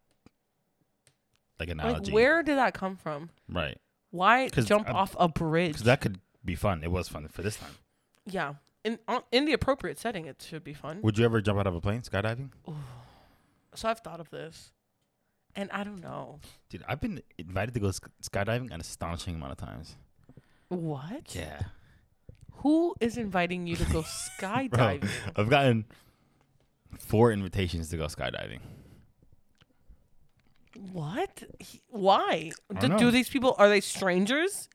Speaker 2: like analogy,
Speaker 1: Like, where did that come from?
Speaker 2: right?
Speaker 1: Why
Speaker 2: 'Cause
Speaker 1: jump
Speaker 2: I-
Speaker 1: off a bridge?
Speaker 2: Because that could be fun. It was fun for this time.
Speaker 1: yeah, in on, in the appropriate setting, it should be fun.
Speaker 2: Would you ever jump out of a plane skydiving?
Speaker 1: So I've thought of this, and I don't know
Speaker 2: Dude, I've been invited to go sk- skydiving an astonishing amount of times.
Speaker 1: what.
Speaker 2: Yeah,
Speaker 1: Who is inviting you to go skydiving?
Speaker 2: I've gotten four invitations to go skydiving.
Speaker 1: What? He- why?
Speaker 2: I
Speaker 1: Do,
Speaker 2: don't
Speaker 1: do
Speaker 2: know.
Speaker 1: these people are they strangers?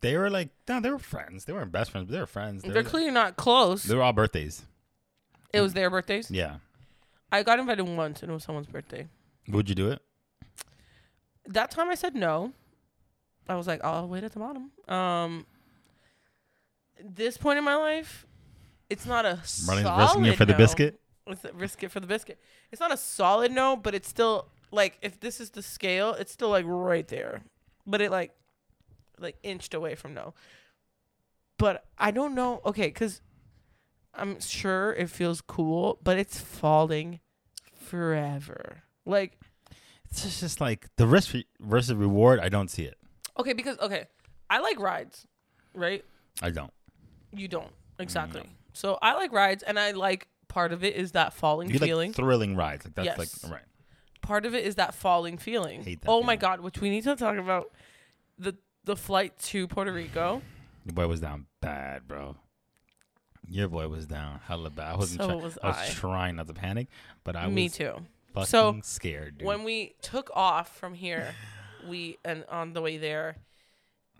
Speaker 2: They were like, no, they were friends. They weren't best friends, but they were friends. They
Speaker 1: They're
Speaker 2: were-
Speaker 1: clearly not close.
Speaker 2: they were all birthdays.
Speaker 1: it was their birthdays.
Speaker 2: Yeah.
Speaker 1: I got invited once, and it was someone's birthday.
Speaker 2: Would you do it?
Speaker 1: that time I said no. I was like, I'll wait at the bottom. Um, this point in my life, it's not a
Speaker 2: Running
Speaker 1: solid
Speaker 2: risking it for the
Speaker 1: no.
Speaker 2: biscuit.
Speaker 1: It's a risk it for the biscuit. It's not a solid no, but it's still like if this is the scale, it's still like right there, but it like like inched away from no. But I don't know. Okay, because I'm sure it feels cool, but it's falling forever. Like
Speaker 2: It's just, just like the risk re- versus reward. I don't see it.
Speaker 1: Okay, because okay, I like rides, right?
Speaker 2: I don't.
Speaker 1: You don't exactly.
Speaker 2: Mm.
Speaker 1: So I like rides, and I like part of it is that falling
Speaker 2: You
Speaker 1: feeling.
Speaker 2: like thrilling rides. Like that's
Speaker 1: Yes.
Speaker 2: like right.
Speaker 1: part of it is that falling feeling.
Speaker 2: Hate that
Speaker 1: oh my
Speaker 2: feeling.
Speaker 1: god, which we need to talk about the the flight to Puerto Rico.
Speaker 2: Your boy was down bad, bro. Your boy was down hella bad. I wasn't.
Speaker 1: So
Speaker 2: try-
Speaker 1: was
Speaker 2: I was
Speaker 1: I.
Speaker 2: trying not to panic, but I
Speaker 1: Me
Speaker 2: was
Speaker 1: too.
Speaker 2: fucking
Speaker 1: So,
Speaker 2: scared, dude.
Speaker 1: When we took off from here, we and on the way there,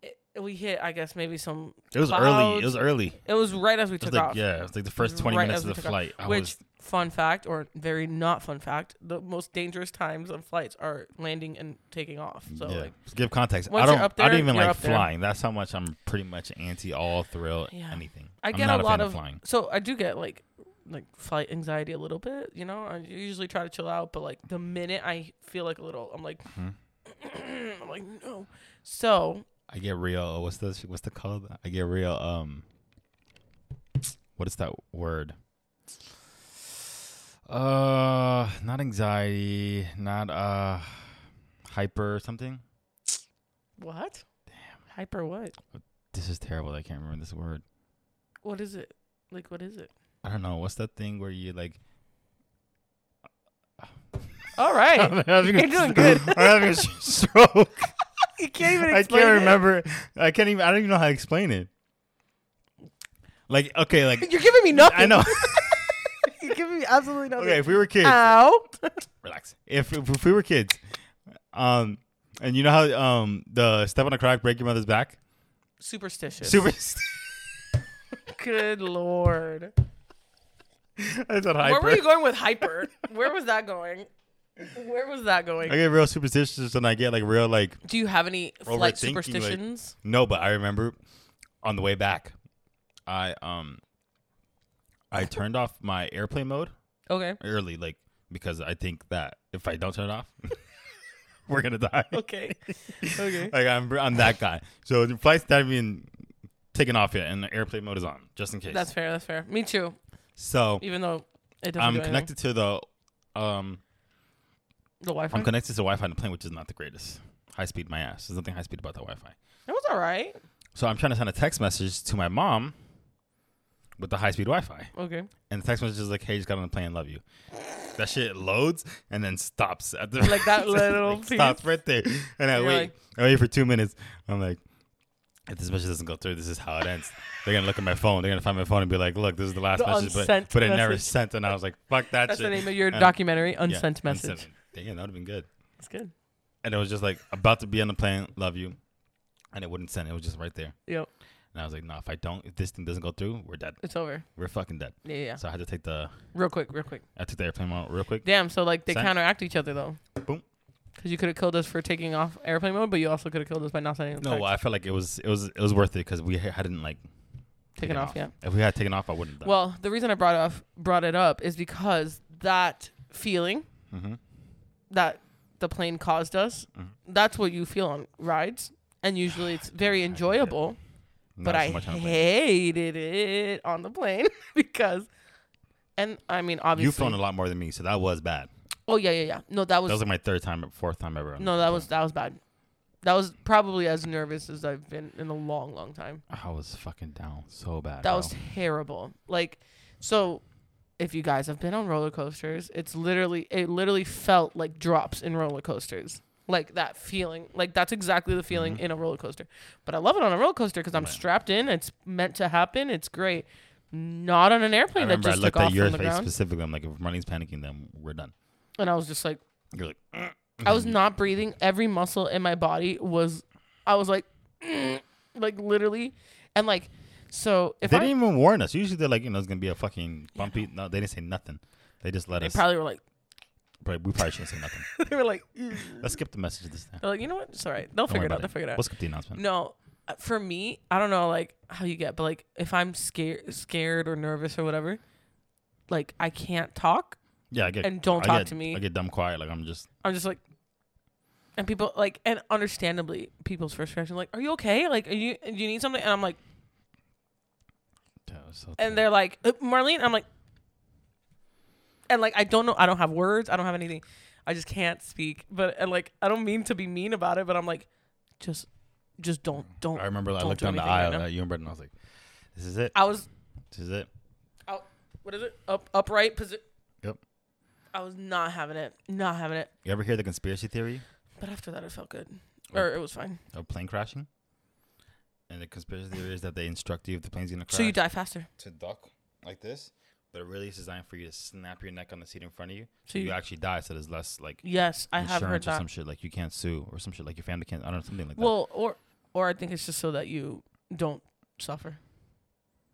Speaker 1: it, we hit I guess maybe some.
Speaker 2: it was early. It was early. It
Speaker 1: It was right as we took
Speaker 2: was like
Speaker 1: off. Mm-hmm.
Speaker 2: yeah, it was like the first twenty
Speaker 1: right
Speaker 2: minutes of
Speaker 1: as we
Speaker 2: the
Speaker 1: took off,
Speaker 2: flight. I
Speaker 1: which,
Speaker 2: was
Speaker 1: fun fact or very not fun fact, the most dangerous times of flights are landing and taking off. So
Speaker 2: yeah.
Speaker 1: like,
Speaker 2: Give context. I
Speaker 1: once you're
Speaker 2: don't.
Speaker 1: up
Speaker 2: I don't
Speaker 1: there,
Speaker 2: even
Speaker 1: you're
Speaker 2: like
Speaker 1: up there.
Speaker 2: flying. That's how much I'm pretty much anti all thrill
Speaker 1: Yeah.
Speaker 2: anything.
Speaker 1: I
Speaker 2: I'm
Speaker 1: get
Speaker 2: not
Speaker 1: a
Speaker 2: a
Speaker 1: lot
Speaker 2: fan
Speaker 1: of,
Speaker 2: of flying.
Speaker 1: so I do get like like flight anxiety a little bit. You know, I usually try to chill out, but like the minute I feel like a little, I'm like,
Speaker 2: Mm-hmm.
Speaker 1: I'm like no. So
Speaker 2: I get real. oh, What's the what's the color? I get real. Um, what is that word? Uh, not anxiety, not uh, hyper something.
Speaker 1: what? Damn, hyper what?
Speaker 2: This is terrible. I can't remember this word.
Speaker 1: What is it? Like what is it?
Speaker 2: I don't know. What's that thing where you like?
Speaker 1: All right,
Speaker 2: I'm having
Speaker 1: you're
Speaker 2: a-
Speaker 1: doing good.
Speaker 2: I'm having a stroke.
Speaker 1: you can't even.
Speaker 2: I
Speaker 1: explain
Speaker 2: can't
Speaker 1: it.
Speaker 2: remember. it. I can't even. I don't even know how to explain it. Like okay, like
Speaker 1: You're giving me nothing.
Speaker 2: I know.
Speaker 1: You're giving me absolutely nothing.
Speaker 2: okay, if we were kids,
Speaker 1: Uh, Ow.
Speaker 2: relax. If, if if we were kids, um, and you know how um the step on a crack, break your mother's back,
Speaker 1: Superstitious.
Speaker 2: super.
Speaker 1: Good lord.
Speaker 2: I thought hyper.
Speaker 1: Where were you going with hyper? Where was that going? Where was that going?
Speaker 2: I get real superstitious, and I get like real like
Speaker 1: Do you have any
Speaker 2: Overthinking,
Speaker 1: flight
Speaker 2: like-
Speaker 1: superstitions?
Speaker 2: no, but I remember on the way back, I um, I turned off my airplane mode
Speaker 1: okay.
Speaker 2: early, like because I think that if I don't turn it off, we're gonna die.
Speaker 1: Okay. okay.
Speaker 2: Like I'm, I'm that guy. So the flight's not even taken off yet, and the airplane mode is on, just in case.
Speaker 1: That's fair. That's fair. Me too.
Speaker 2: so
Speaker 1: Even though it doesn't. do
Speaker 2: I'm
Speaker 1: anything.
Speaker 2: connected to the, um,
Speaker 1: The Wi-Fi.
Speaker 2: I'm connected to Wi-Fi on the plane, which is not the greatest. High speed, my ass. There's nothing high speed about that Wi-Fi.
Speaker 1: it was all right.
Speaker 2: So I'm trying to send a text message to my mom with the high speed Wi Fi.
Speaker 1: Okay.
Speaker 2: And the text message is like, hey, just got on the plane, love you. That shit loads and then stops at the
Speaker 1: Like that little piece.
Speaker 2: stops right there. And I
Speaker 1: You're
Speaker 2: wait.
Speaker 1: like-
Speaker 2: I wait for two minutes. I'm like, if this message doesn't go through, this is how it ends. They're gonna look at my phone, they're gonna find my phone and be like, look, this is the last
Speaker 1: The
Speaker 2: message, but,
Speaker 1: unsent
Speaker 2: but it never
Speaker 1: message.
Speaker 2: sent and I was like, fuck that
Speaker 1: That's
Speaker 2: shit.
Speaker 1: the name of your
Speaker 2: And-
Speaker 1: documentary,
Speaker 2: yeah,
Speaker 1: Unsent Message.
Speaker 2: unsent. Damn, that would have been good.
Speaker 1: That's good.
Speaker 2: And it was just like about to be on the plane, love you. And it wouldn't send, it was just right there.
Speaker 1: Yep.
Speaker 2: And I was like, no, if I don't if this thing doesn't go through, we're dead.
Speaker 1: It's over.
Speaker 2: We're fucking dead.
Speaker 1: Yeah, yeah, yeah.
Speaker 2: So I had to take the
Speaker 1: Real quick, real quick.
Speaker 2: I took the airplane mode real quick.
Speaker 1: Damn, so like they
Speaker 2: Sent.
Speaker 1: counteract each other though.
Speaker 2: Boom.
Speaker 1: Because you could have killed us for taking off airplane mode, but you also could have killed us by not sending the
Speaker 2: No,
Speaker 1: text.
Speaker 2: well, I felt like it was it was it was worth it because we ha- hadn't like
Speaker 1: Taken off, yeah.
Speaker 2: If we had taken off, I wouldn't. Have done
Speaker 1: Well, the reason I brought off brought it up is because that feeling
Speaker 2: mm-hmm.
Speaker 1: that the plane caused us,
Speaker 2: Mhm.
Speaker 1: that's what you feel on rides, and usually it's very enjoyable. but I hated it on the plane because, and I mean obviously.
Speaker 2: you flown a lot more than me, so that was bad.
Speaker 1: Oh yeah, yeah, yeah. No, that was,
Speaker 2: that was like my third time, or fourth time ever. on
Speaker 1: no,
Speaker 2: the
Speaker 1: that
Speaker 2: plane.
Speaker 1: was that was bad. That was probably as nervous as I've been in a long, long time.
Speaker 2: I was fucking down so bad.
Speaker 1: That
Speaker 2: bro.
Speaker 1: was terrible. Like, so if you guys have been on roller coasters, it's literally it literally felt like drops in roller coasters. Like that feeling, like that's exactly the feeling
Speaker 2: Mhm.
Speaker 1: in a roller coaster. But I love it on a roller coaster because I'm
Speaker 2: Right.
Speaker 1: strapped in. It's meant to happen. It's great. Not on an
Speaker 2: I
Speaker 1: airplane that
Speaker 2: remember I
Speaker 1: just took
Speaker 2: looked
Speaker 1: off
Speaker 2: at your
Speaker 1: from the
Speaker 2: face
Speaker 1: ground.
Speaker 2: specifically. I'm like, if Marlene's panicking, then we're done.
Speaker 1: And I was just like,
Speaker 2: You're like, "Mm."
Speaker 1: I was not breathing. Every muscle in my body was, I was like, like literally, and like, so if
Speaker 2: they
Speaker 1: I,
Speaker 2: didn't even warn us. Usually they're like, you know, it's gonna be a fucking bumpy. No, they didn't say nothing. They just let
Speaker 1: they
Speaker 2: us.
Speaker 1: probably were like,
Speaker 2: probably, we probably shouldn't say nothing.
Speaker 1: they were like,
Speaker 2: Let's skip the message this time.
Speaker 1: They're like, you know what? It's all right. They'll
Speaker 2: Don't
Speaker 1: figure
Speaker 2: worry
Speaker 1: it out.
Speaker 2: about
Speaker 1: They'll figure it out.
Speaker 2: We'll skip the announcement.
Speaker 1: no, uh, for me, I don't know like how you get, but like if I'm scared, scared or nervous or whatever, like I can't talk
Speaker 2: Yeah, I get.
Speaker 1: and don't
Speaker 2: I
Speaker 1: talk
Speaker 2: get-
Speaker 1: to me.
Speaker 2: I get dumb quiet. Like I'm just.
Speaker 1: I'm just like, and people like, and understandably, people's first reaction like, "Are you okay? Like, are you do you need something?" And I'm like,
Speaker 2: That was so
Speaker 1: and
Speaker 2: terrible.
Speaker 1: they're like, "Uh, "Marlene," I'm like, and like I don't know, I don't have words, I don't have anything, I just can't speak. But and like I don't mean to be mean about it, but I'm like, just, just don't, don't.
Speaker 2: I remember I
Speaker 1: don't
Speaker 2: looked
Speaker 1: do
Speaker 2: down the
Speaker 1: anything right
Speaker 2: aisle
Speaker 1: now.
Speaker 2: at you and Brett, and I was like, "This is it.
Speaker 1: I was
Speaker 2: This is it."
Speaker 1: what is it? Up upright position.
Speaker 2: Yep.
Speaker 1: I was not having it. Not having it.
Speaker 2: You ever hear the conspiracy theory
Speaker 1: But after that, it felt good.
Speaker 2: Or-
Speaker 1: Or it was fine.
Speaker 2: of plane crashing? And the conspiracy theory is that they instruct you if the plane's gonna crash
Speaker 1: So you die faster.
Speaker 2: to duck like this, but it really is designed for you to snap your neck on the seat in front of you, so
Speaker 1: So
Speaker 2: you
Speaker 1: you-
Speaker 2: actually die. So there's less like
Speaker 1: Yes, I have heard
Speaker 2: insurance or
Speaker 1: that.
Speaker 2: some shit. Like you can't sue or some shit. Like your family can't. I don't know something like
Speaker 1: Well, or or I think it's just so that you don't suffer.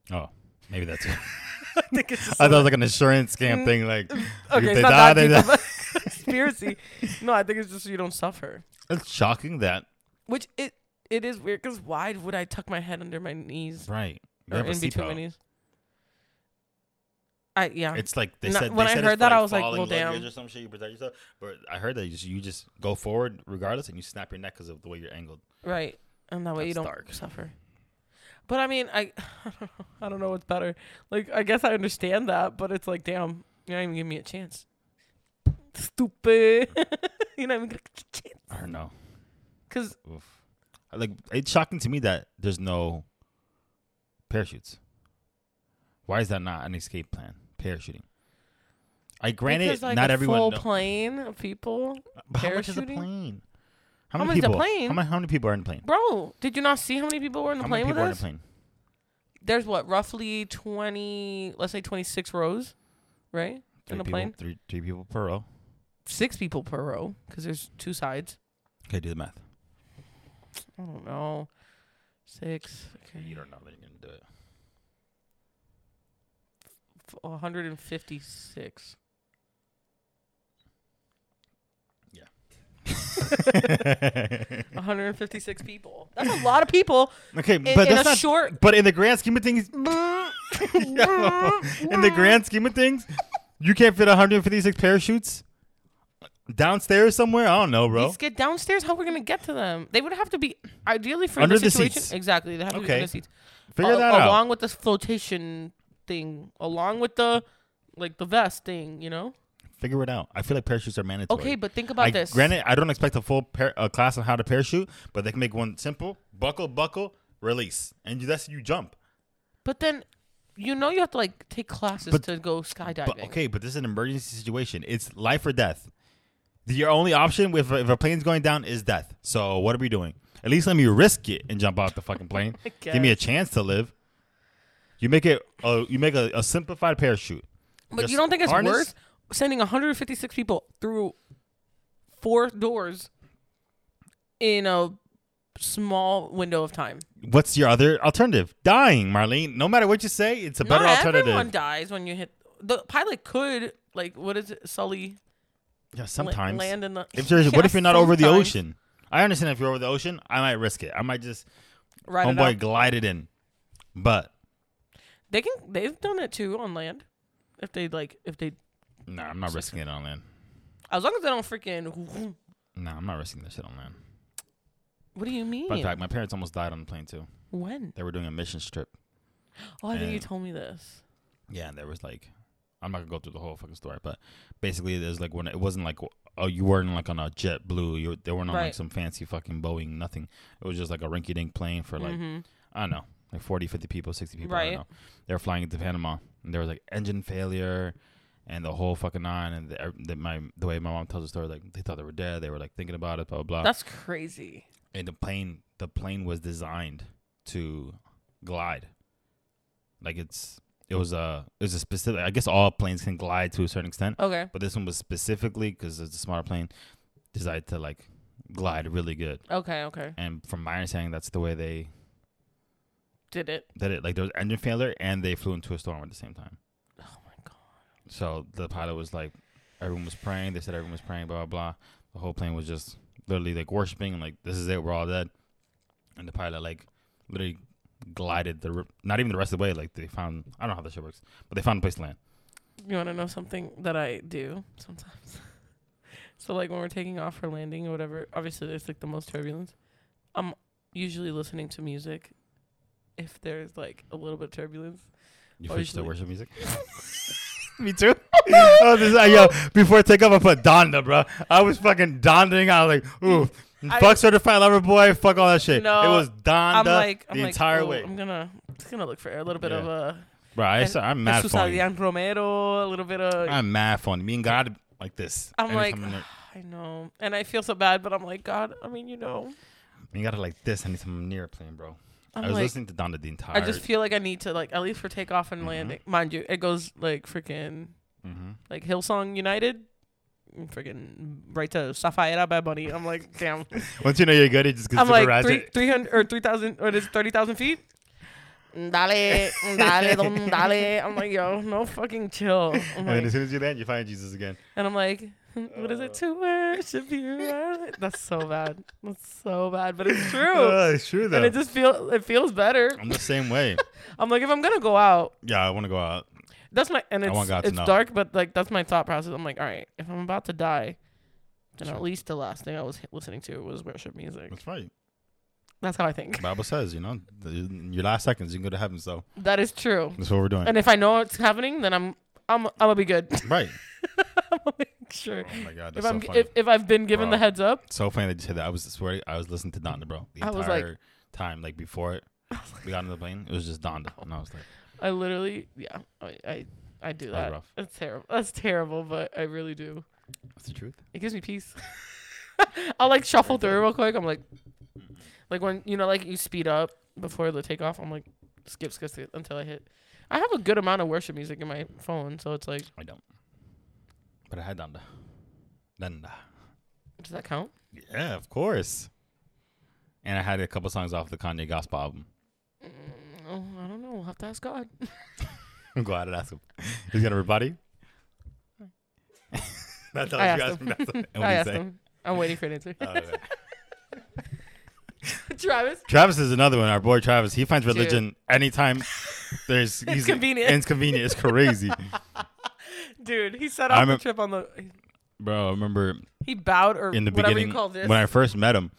Speaker 2: that. Oh, maybe that's. it.
Speaker 1: I think it's just
Speaker 2: I thought it was like an insurance scam
Speaker 1: Mm.
Speaker 2: thing. Like
Speaker 1: okay,
Speaker 2: if
Speaker 1: it's
Speaker 2: they
Speaker 1: not
Speaker 2: die,
Speaker 1: that
Speaker 2: they
Speaker 1: deep
Speaker 2: die.
Speaker 1: of a conspiracy. No, I think it's just so you don't suffer.
Speaker 2: It's shocking that
Speaker 1: Which it it is weird because why would I tuck my head under my knees
Speaker 2: right. You
Speaker 1: or
Speaker 2: have a
Speaker 1: in between my
Speaker 2: seatbelt.
Speaker 1: knees? I yeah.
Speaker 2: It's like they
Speaker 1: Um, No,
Speaker 2: said.
Speaker 1: when
Speaker 2: they
Speaker 1: I
Speaker 2: said
Speaker 1: heard
Speaker 2: it's
Speaker 1: that,
Speaker 2: for,
Speaker 1: I was like,
Speaker 2: falling
Speaker 1: well,
Speaker 2: luggage
Speaker 1: damn.
Speaker 2: Or some shit, you protect yourself. But I heard that you just, you just go forward regardless, and you snap your neck because of the way you're angled.
Speaker 1: Right. And that way you
Speaker 2: That's
Speaker 1: don't
Speaker 2: dark.
Speaker 1: suffer. But I mean, I I don't know what's better. Like I guess I understand that, but it's like, damn, you're not even giving me a chance. Stupid. you're not even gonna get a chance.
Speaker 2: I don't know.
Speaker 1: Cause
Speaker 2: Oof. Like it's shocking to me that there's no parachutes. Why is that not an escape plan? Parachuting. I granted
Speaker 1: because, like
Speaker 2: not
Speaker 1: a
Speaker 2: everyone.
Speaker 1: full
Speaker 2: know-
Speaker 1: plane of people.
Speaker 2: but how much is a
Speaker 1: parachuting?
Speaker 2: plane? How,
Speaker 1: How
Speaker 2: many
Speaker 1: much is a
Speaker 2: people?
Speaker 1: plane?
Speaker 2: How many, how many people are in the plane?
Speaker 1: Bro, did you not see how many people were in the
Speaker 2: how many
Speaker 1: plane with
Speaker 2: people are in the
Speaker 1: us?
Speaker 2: plane?
Speaker 1: There's what, roughly twenty let's say twenty six rows, right?
Speaker 2: Three
Speaker 1: in the
Speaker 2: people,
Speaker 1: plane?
Speaker 2: Three three people per row.
Speaker 1: Six people per row, because there's two sides.
Speaker 2: Okay, do the math.
Speaker 1: I don't know. Six. Okay.
Speaker 2: You don't know that you're gonna do it.
Speaker 1: 156.
Speaker 2: Yeah.
Speaker 1: 156 people. That's a lot of people
Speaker 2: Okay,
Speaker 1: in,
Speaker 2: but
Speaker 1: in a
Speaker 2: that's not.
Speaker 1: short.
Speaker 2: But in the grand scheme of things, Yo, in the grand scheme of things, you can't fit 156 parachutes downstairs somewhere. I don't know, bro.
Speaker 1: Let's get downstairs. How we're gonna get to them? They would have to be ideally for
Speaker 2: Under the
Speaker 1: this situation.
Speaker 2: seats.
Speaker 1: Exactly. They have to be
Speaker 2: Okay.
Speaker 1: under the seats.
Speaker 2: Figure
Speaker 1: Al-
Speaker 2: that out.
Speaker 1: Along with this flotation thing, along with the like the vest thing, you know.
Speaker 2: Figure it out. I feel like parachutes are mandatory.
Speaker 1: Okay, but think about
Speaker 2: I,
Speaker 1: this.
Speaker 2: Granted, I don't expect a full par- uh, class on how to parachute, but they can make one simple: buckle, buckle, release, and you, that's you jump.
Speaker 1: But then, you know, you have to like take classes
Speaker 2: But-
Speaker 1: to go skydiving.
Speaker 2: But okay, but this is an emergency situation. It's life or death. The- Your only option if, if a plane's going down is death. So what are we doing? At least let me risk it and jump out the fucking plane.
Speaker 1: I
Speaker 2: Give me a
Speaker 1: guess.
Speaker 2: chance to live. You make it. Uh, you make a, a simplified parachute.
Speaker 1: But
Speaker 2: Just
Speaker 1: you don't think it's
Speaker 2: harness-
Speaker 1: worth sending 156 people through four doors in a small window of time?
Speaker 2: What's your other alternative? Dying, Marlene. No matter what you say, it's a better
Speaker 1: Not
Speaker 2: alternative.
Speaker 1: everyone dies when you hit. The pilot could like what is it? Sully
Speaker 2: yeah,
Speaker 1: la-
Speaker 2: sometimes.
Speaker 1: land in the.
Speaker 2: If there's, what
Speaker 1: Yeah,
Speaker 2: if you're not over the
Speaker 1: sometimes.
Speaker 2: ocean? I understand if you're over the ocean, I might risk it. I might just
Speaker 1: Right. it
Speaker 2: homeboy
Speaker 1: out.
Speaker 2: glide it in. But
Speaker 1: They can. They've done it too on land. If they like, if they
Speaker 2: nah, I'm not risking it on land.
Speaker 1: as long as they don't freaking.
Speaker 2: Nah, I'm not risking this shit on land.
Speaker 1: What do you mean?
Speaker 2: Fun fact: My parents almost died on the plane too.
Speaker 1: When?
Speaker 2: They were doing a mission trip.
Speaker 1: Oh, I think you
Speaker 2: And-
Speaker 1: told me this.
Speaker 2: Yeah, and there was like, I'm not gonna go through the whole fucking story, but basically, there's like when it wasn't like, oh, you weren't like on a jet blue. You they weren't on like
Speaker 1: Right.
Speaker 2: some fancy fucking Boeing. Nothing. It was just like a rinky-dink plane for like
Speaker 1: Mhm.
Speaker 2: I don't know, like 40, 50 people, 60 people. I
Speaker 1: Right.
Speaker 2: don't know. They were flying into Panama, and there was like engine failure and the whole fucking nine. And the, er, the, my, the way my mom tells the story, like they thought they were dead. They were like thinking about it, blah, blah, blah.
Speaker 1: That's crazy.
Speaker 2: and the plane, the plane was designed to glide. Like it's, it was a, it was a specific, I guess all planes can glide to a certain extent,
Speaker 1: Okay.
Speaker 2: but this one was specifically, because it's a smaller plane, designed to like glide really good.
Speaker 1: Okay. Okay.
Speaker 2: And from my understanding, that's the way they
Speaker 1: Did it.
Speaker 2: that it like there was engine failure and they flew into a storm at the same time.
Speaker 1: Oh my god.
Speaker 2: So the pilot was like, everyone was praying. They said everyone was praying. Blah blah blah. The whole plane was just literally like worshiping and like this is it. We're all dead. And the pilot like literally glided the r- not even the rest of the way. Like they found I don't know how that shit works, but they found a place to land.
Speaker 1: You want to know something that I do sometimes? so like when we're taking off for landing or whatever, obviously there's like the most turbulence. I'm usually listening to music if there's like a little bit of turbulence.
Speaker 2: You
Speaker 1: Oh,
Speaker 2: finished the
Speaker 1: usually-
Speaker 2: worship music. Me too. oh, this is, yo! Before takeoff, I put Donda, bro. I was fucking dondering. I was like, ooh,
Speaker 1: I-
Speaker 2: fuck certified lover boy, fuck all that shit.
Speaker 1: No,
Speaker 2: it was Donda
Speaker 1: I'm like I'm
Speaker 2: the
Speaker 1: like,
Speaker 2: entire
Speaker 1: "Oh,
Speaker 2: way.
Speaker 1: I'm gonna just gonna look for a little bit
Speaker 2: Yeah.
Speaker 1: of uh,
Speaker 2: Bro, I,
Speaker 1: And
Speaker 2: so- I'm mad
Speaker 1: Jesus
Speaker 2: phony.
Speaker 1: Adrian Romero, a little bit of
Speaker 2: I'm mad phony. Me and God like this.
Speaker 1: I'm
Speaker 2: Every
Speaker 1: like,
Speaker 2: time near,
Speaker 1: "Ah, I know. And I feel so bad, but I'm like, God, I mean, you know.
Speaker 2: me and God are like this anytime I'm near a plane, bro.
Speaker 1: I'm
Speaker 2: i was
Speaker 1: like,
Speaker 2: listening to Donna the entire.
Speaker 1: I just feel like I need to, like, at least for takeoff and
Speaker 2: Mhm.
Speaker 1: landing. Mind you, it goes, like, freaking,
Speaker 2: Mhm.
Speaker 1: like, Hillsong United. mm, Freaking right to Safaira by Bunny. I'm like, damn.
Speaker 2: Once you know you're good, it just gets
Speaker 1: I'm
Speaker 2: super
Speaker 1: like,
Speaker 2: ratchet.
Speaker 1: three, 300 or 3,000, or it is 30,000 feet? Dale, mm, dale, don, dale. I'm like, yo, no fucking chill. I'm
Speaker 2: and then as
Speaker 1: like,
Speaker 2: soon as you land, you find Jesus again.
Speaker 1: and I'm like, what is it
Speaker 2: Uh.
Speaker 1: to worship you? right? That's so bad. That's so bad, but it's true.
Speaker 2: Uh, it's true though.
Speaker 1: and it just feel it feels better.
Speaker 2: I'm the same way.
Speaker 1: I'm like, if I'm gonna go out,
Speaker 2: Yeah, I want to go out.
Speaker 1: that's my and
Speaker 2: I
Speaker 1: it's
Speaker 2: want God to
Speaker 1: it's
Speaker 2: know.
Speaker 1: dark, but like that's my thought process. I'm like, all right, if I'm about to die, then
Speaker 2: Sure.
Speaker 1: at least the last thing I was h- listening to was worship music.
Speaker 2: That's right.
Speaker 1: That's how I think.
Speaker 2: The Bible says, you know, the- in your last seconds you can go to heaven. So
Speaker 1: That is true.
Speaker 2: that's what we're doing.
Speaker 1: And if I know it's happening, then I'm I'm I'm gonna be good.
Speaker 2: right.
Speaker 1: I'm gonna make sure.
Speaker 2: Oh my God,
Speaker 1: If
Speaker 2: that's so
Speaker 1: I'm
Speaker 2: funny.
Speaker 1: if, if I've been given the
Speaker 2: Wow.
Speaker 1: heads up,
Speaker 2: so funny that you said that. I was swear I was listening to Donna, bro, the
Speaker 1: I
Speaker 2: entire
Speaker 1: was like-
Speaker 2: time. Like before it, we got on the plane, it was just Donda, and I was like,
Speaker 1: I literally yeah I I, I
Speaker 2: That
Speaker 1: do
Speaker 2: was
Speaker 1: that.
Speaker 2: rough.
Speaker 1: That's terrible. That's terrible, but I really do.
Speaker 2: "That's the truth."
Speaker 1: It gives me peace. I'll like shuffle through real quick. I'm like, like when you know, like you speed up before the takeoff. I'm like, skip, skip, skip until I hit. I have a good amount of worship music in my phone, so it's like,
Speaker 2: I don't. But I had Donda. Donda.
Speaker 1: does that count?
Speaker 2: Yeah, of course. And I had a couple songs off the Kanye Gospel album.
Speaker 1: Mm, oh, I don't know. We'll have to ask God.
Speaker 2: I'm glad I asked him. He's got everybody. That's all
Speaker 1: I
Speaker 2: you
Speaker 1: asked
Speaker 2: asked
Speaker 1: him.
Speaker 2: him. That's- and what'd
Speaker 1: I
Speaker 2: he
Speaker 1: asked
Speaker 2: say?
Speaker 1: him. I'm waiting for an answer.
Speaker 2: Oh, okay.
Speaker 1: Travis,
Speaker 2: Travis is another one. Our boy Travis, he finds
Speaker 1: Dude.
Speaker 2: religion anytime there's he's,
Speaker 1: It's convenient.
Speaker 2: It's convenient. It's crazy,
Speaker 1: dude, he set
Speaker 2: I
Speaker 1: off the
Speaker 2: remem-
Speaker 1: trip on the.
Speaker 2: bro. I remember
Speaker 1: He bowed or
Speaker 2: in the
Speaker 1: whatever
Speaker 2: beginning
Speaker 1: you call this.
Speaker 2: when I first met him.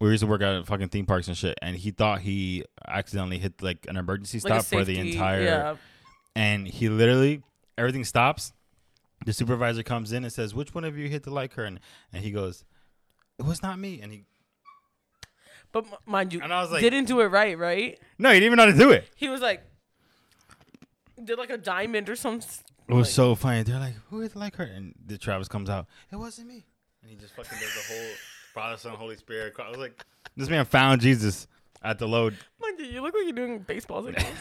Speaker 2: We used to work out at fucking theme parks and shit, and he thought he accidentally hit like an emergency
Speaker 1: like a
Speaker 2: stop for the
Speaker 1: safety-
Speaker 2: entire
Speaker 1: Yeah.
Speaker 2: and he literally everything stops. The supervisor comes in and says, "Which one of you hit the light curtain?" And he goes, "It was not me." And he
Speaker 1: But m- mind you,
Speaker 2: And I was like-
Speaker 1: didn't do it right, right?
Speaker 2: No, he didn't even know how to do it.
Speaker 1: He was like, did like a diamond or some. s-
Speaker 2: It was
Speaker 1: like-
Speaker 2: so funny. They're like, "Who is like her?" And the Travis comes out. It wasn't me. And he just fucking does the whole Father, Son, Holy Spirit. I was like, "This man found Jesus at the load."
Speaker 1: Mind you, you look like you're doing baseballs again.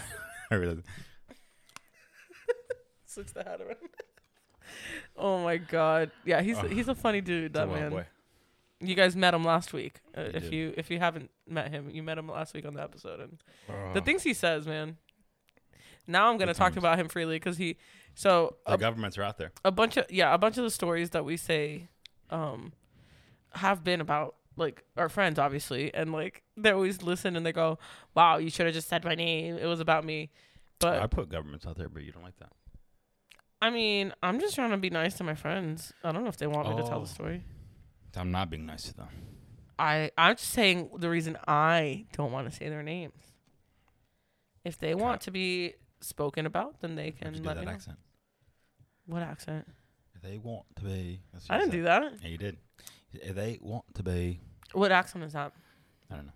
Speaker 2: I realized.
Speaker 1: Switch the hat around. oh my god. Yeah, he's
Speaker 2: Ugh.
Speaker 1: he's a funny dude. That
Speaker 2: It's a wild
Speaker 1: man.
Speaker 2: boy.
Speaker 1: You guys met him last week. Uh, if
Speaker 2: did.
Speaker 1: you if you haven't met him, you met him last week on the episode. And the
Speaker 2: Ugh.
Speaker 1: things he says, man. Now I'm gonna
Speaker 2: Good
Speaker 1: talk
Speaker 2: times.
Speaker 1: about him freely because he. So
Speaker 2: the
Speaker 1: a,
Speaker 2: governments are out there.
Speaker 1: a bunch of yeah, a bunch of the stories that we say, um, have been about like our friends, obviously, and like they always listen and they go, "Wow, you should have just said my name. It was about me." But
Speaker 2: I put governments out there, but you don't like that.
Speaker 1: I mean, I'm just trying to be nice to my friends. I don't know if they want me to tell
Speaker 2: Oh.
Speaker 1: the story.
Speaker 2: I'm not being nice to them.
Speaker 1: I I'm just saying the reason I don't want to say their names. If they want to be spoken about, then they
Speaker 2: If you
Speaker 1: can
Speaker 2: did
Speaker 1: let me
Speaker 2: that
Speaker 1: know.
Speaker 2: accent.
Speaker 1: What accent?
Speaker 2: If they want to be. That's what
Speaker 1: I
Speaker 2: you
Speaker 1: didn't
Speaker 2: said.
Speaker 1: do that.
Speaker 2: Yeah, you did. If they want to be,
Speaker 1: What accent is that?
Speaker 2: I don't know.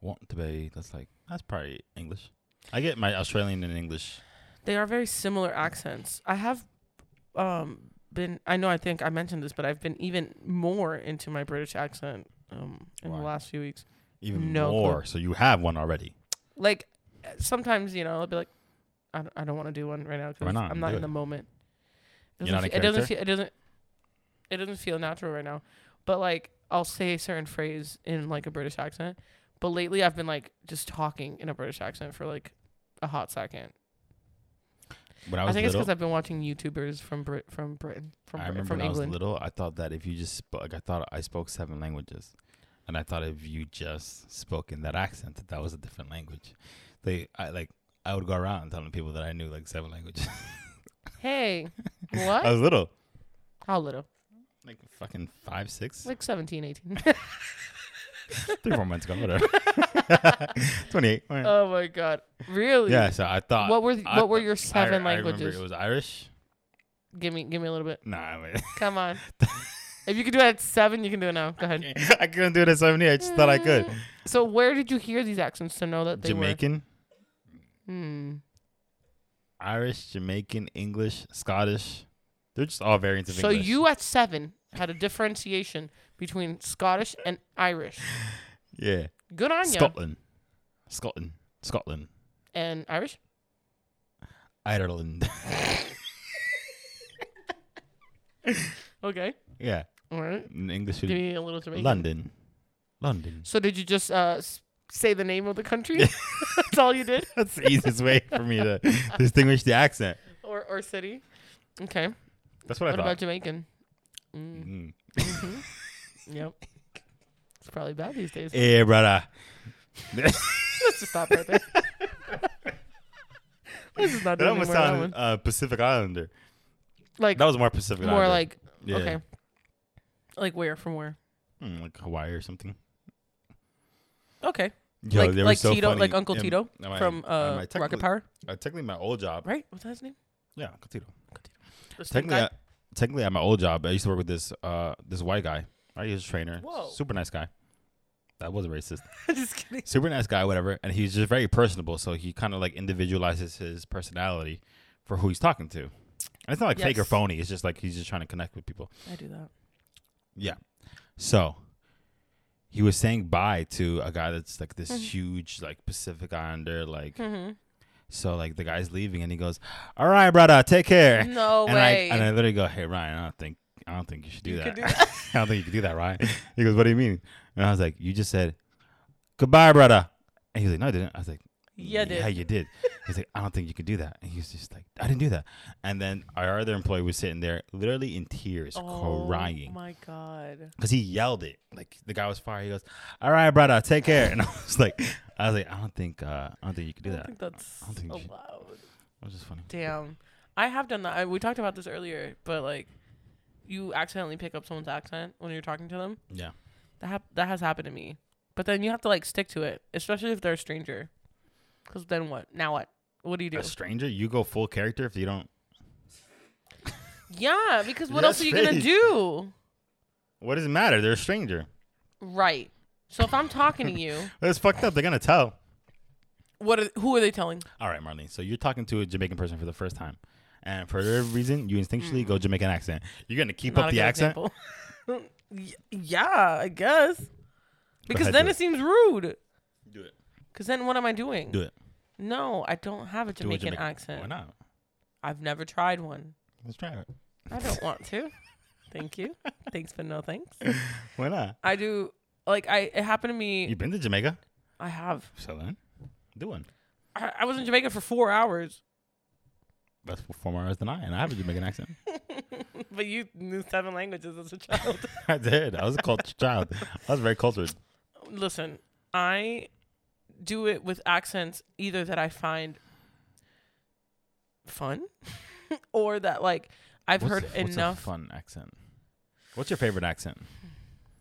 Speaker 2: Want to be? That's like that's probably English. I get my Australian and English.
Speaker 1: They are very similar accents. I have um been I know I think I mentioned this, but I've been even more into my British accent um in
Speaker 2: Why?
Speaker 1: the last few weeks.
Speaker 2: even
Speaker 1: No clue.
Speaker 2: more. So you have one already.
Speaker 1: Like sometimes, you know, I'll be like I don't, I don't want to do one right now
Speaker 2: Why
Speaker 1: cuz
Speaker 2: not?
Speaker 1: I'm not
Speaker 2: Do
Speaker 1: in
Speaker 2: it.
Speaker 1: the moment. It
Speaker 2: You're
Speaker 1: doesn't,
Speaker 2: not
Speaker 1: fe-
Speaker 2: a
Speaker 1: it doesn't
Speaker 2: character?
Speaker 1: feel it doesn't it doesn't feel natural right now. But like I'll say a certain phrase in like a British accent, but lately I've been like just talking in a British accent for like a hot second.
Speaker 2: When I
Speaker 1: I,
Speaker 2: was
Speaker 1: think it's
Speaker 2: little,
Speaker 1: because I've been watching YouTubers from Brit from Britain from
Speaker 2: I
Speaker 1: Brit-
Speaker 2: remember
Speaker 1: from
Speaker 2: when I was
Speaker 1: England.
Speaker 2: little, I thought that if you just spoke, like, I thought I spoke seven languages, and I thought if you just spoke in that accent, that that was a different language. They, I like, I would go around telling people that I knew like seven languages.
Speaker 1: Hey,
Speaker 2: I
Speaker 1: what?
Speaker 2: was little,
Speaker 1: How little?
Speaker 2: like fucking five, six,
Speaker 1: Like 17, 18.
Speaker 2: three, four months ago, whatever. Twenty-eight. all right.
Speaker 1: oh my god, really?
Speaker 2: yeah, so I thought.
Speaker 1: Oh, What were th-
Speaker 2: I
Speaker 1: what were
Speaker 2: thought-
Speaker 1: your
Speaker 2: I,
Speaker 1: seven
Speaker 2: I remember
Speaker 1: languages?
Speaker 2: It was Irish.
Speaker 1: Give me give me a little bit.
Speaker 2: Nah, I, mean,
Speaker 1: Come on. if you could do it at seven, you can do it now. Go ahead.
Speaker 2: I couldn't do it at seven. I just thought I could.
Speaker 1: So where did you hear these accents to know that Mm, they
Speaker 2: Jamaican.
Speaker 1: were? Hmm.
Speaker 2: Irish, Jamaican, English, Scottish. They're just all variants of
Speaker 1: So
Speaker 2: English.
Speaker 1: you at seven had a differentiation between Scottish and Irish.
Speaker 2: yeah,
Speaker 1: Good on you.
Speaker 2: Scotland, Scotland, Scotland,
Speaker 1: And Irish.
Speaker 2: Ireland.
Speaker 1: Okay.
Speaker 2: yeah,
Speaker 1: All right.
Speaker 2: in English
Speaker 1: Give
Speaker 2: would
Speaker 1: me a little Jamaican.
Speaker 2: London, London.
Speaker 1: So did you just uh, s- say the name of the country? That's all you did,
Speaker 2: That's the easiest way for me to distinguish the accent.
Speaker 1: or or city? Okay.
Speaker 2: That's what,
Speaker 1: What
Speaker 2: I
Speaker 1: about
Speaker 2: thought.
Speaker 1: Jamaican? Mm,
Speaker 2: Mm.
Speaker 1: yep. It's probably bad these days.
Speaker 2: Hey, Eh, brother.
Speaker 1: Let's just stop right there. Let's just not
Speaker 2: That
Speaker 1: do any more
Speaker 2: almost
Speaker 1: of that
Speaker 2: sounded
Speaker 1: one.
Speaker 2: uh, Pacific Islander.
Speaker 1: Like
Speaker 2: That was more Pacific
Speaker 1: more
Speaker 2: Islander.
Speaker 1: like
Speaker 2: yeah.
Speaker 1: okay. Like where from where?
Speaker 2: Mm, like Hawaii or something.
Speaker 1: Okay.
Speaker 2: Yo,
Speaker 1: like
Speaker 2: they were
Speaker 1: like
Speaker 2: so
Speaker 1: Tito,
Speaker 2: funny.
Speaker 1: like Uncle
Speaker 2: And
Speaker 1: Tito
Speaker 2: my-
Speaker 1: from
Speaker 2: and my
Speaker 1: uh,
Speaker 2: technical-
Speaker 1: Rocket Power,
Speaker 2: Uh, technically, my old job.
Speaker 1: right? What's his name?
Speaker 2: Yeah, Uncle Tito.
Speaker 1: The same
Speaker 2: technically,
Speaker 1: guy?
Speaker 2: I, technically, at my old job, I used to work with this uh this white guy. Right, he was a trainer.
Speaker 1: Whoa.
Speaker 2: super nice guy. That was racist.
Speaker 1: just kidding.
Speaker 2: super nice guy, whatever. And he's just very personable, so he kind of like individualizes his personality for who he's talking to. And it's not like fake or
Speaker 1: Yes.
Speaker 2: phony. It's just like he's just trying to connect with people.
Speaker 1: I do that.
Speaker 2: Yeah. So he was saying bye to a guy that's like
Speaker 1: Mm-hmm.
Speaker 2: this huge, like Pacific Islander, like. So like the guy's leaving, and he goes, "All right, brother, take care."
Speaker 1: No
Speaker 2: Eh, and
Speaker 1: way.
Speaker 2: I and I literally go, "Hey Ryan, I don't think I don't think you should do
Speaker 1: You
Speaker 2: that.
Speaker 1: could do
Speaker 2: I don't think you could do that, Ryan." He goes, "What do you mean?" And I was like, "You just said goodbye, brother." And he's like, "No, I didn't." I was like,
Speaker 1: Yeah,
Speaker 2: yeah,
Speaker 1: dude.
Speaker 2: you did." He's like, "I don't think you could do that." And he was just like, "I didn't do that." And then our other employee was sitting there, literally in tears, crying
Speaker 1: Oh my god.
Speaker 2: because he yelled it. Like the guy was fired. He goes, "All right, brother, take care." And I was like, "I was like, I don't think, uh, I don't think you could do
Speaker 1: I
Speaker 2: that."
Speaker 1: think that's
Speaker 2: I don't think you should-
Speaker 1: allowed.
Speaker 2: It was just funny.
Speaker 1: Damn. I have done that. I, we talked about this earlier, but like you accidentally pick up someone's accent when you're talking to them.
Speaker 2: Yeah.
Speaker 1: That hap- that has happened to me. But then you have to like stick to it, especially if they're a stranger. Cuz then what? Now what? What do you do?
Speaker 2: A stranger, you go full character if you don't.
Speaker 1: yeah, because what
Speaker 2: Yes,
Speaker 1: else are you going to
Speaker 2: face.
Speaker 1: do?
Speaker 2: What does it matter? They're a stranger.
Speaker 1: Right. So if I'm talking to you,
Speaker 2: It's fucked up. They're gonna tell.
Speaker 1: what are, who are they telling?
Speaker 2: All right, Marlene. So you're talking to a Jamaican person for the first time, and for whatever reason, you instinctually go Jamaican accent. You're gonna keep
Speaker 1: Mm. Not
Speaker 2: up
Speaker 1: a
Speaker 2: the
Speaker 1: good
Speaker 2: accent.
Speaker 1: example. Y- yeah, I guess. Because
Speaker 2: ahead,
Speaker 1: then
Speaker 2: do
Speaker 1: it seems rude.
Speaker 2: Do it.
Speaker 1: Because then what am I doing?
Speaker 2: Do it.
Speaker 1: No, I don't have a
Speaker 2: Do a
Speaker 1: Jamaican, accent.
Speaker 2: Why not?
Speaker 1: I've never tried one.
Speaker 2: Let's try it.
Speaker 1: I don't want to. Thank you. Thanks, but no thanks.
Speaker 2: Why not?
Speaker 1: I do. Like I, it happened to me.
Speaker 2: You've been to Jamaica,
Speaker 1: I have.
Speaker 2: so then do one.
Speaker 1: I, I was in Jamaica for four hours,
Speaker 2: That's four more hours than I, and I have a Jamaican accent.
Speaker 1: but you knew seven languages as a child.
Speaker 2: I did. I was a cultured child. I was very cultured.
Speaker 1: Listen, I do it with accents either that I find fun or that like I've
Speaker 2: What's
Speaker 1: heard
Speaker 2: a- what's A
Speaker 1: enough
Speaker 2: fun accent. What's your favorite accent?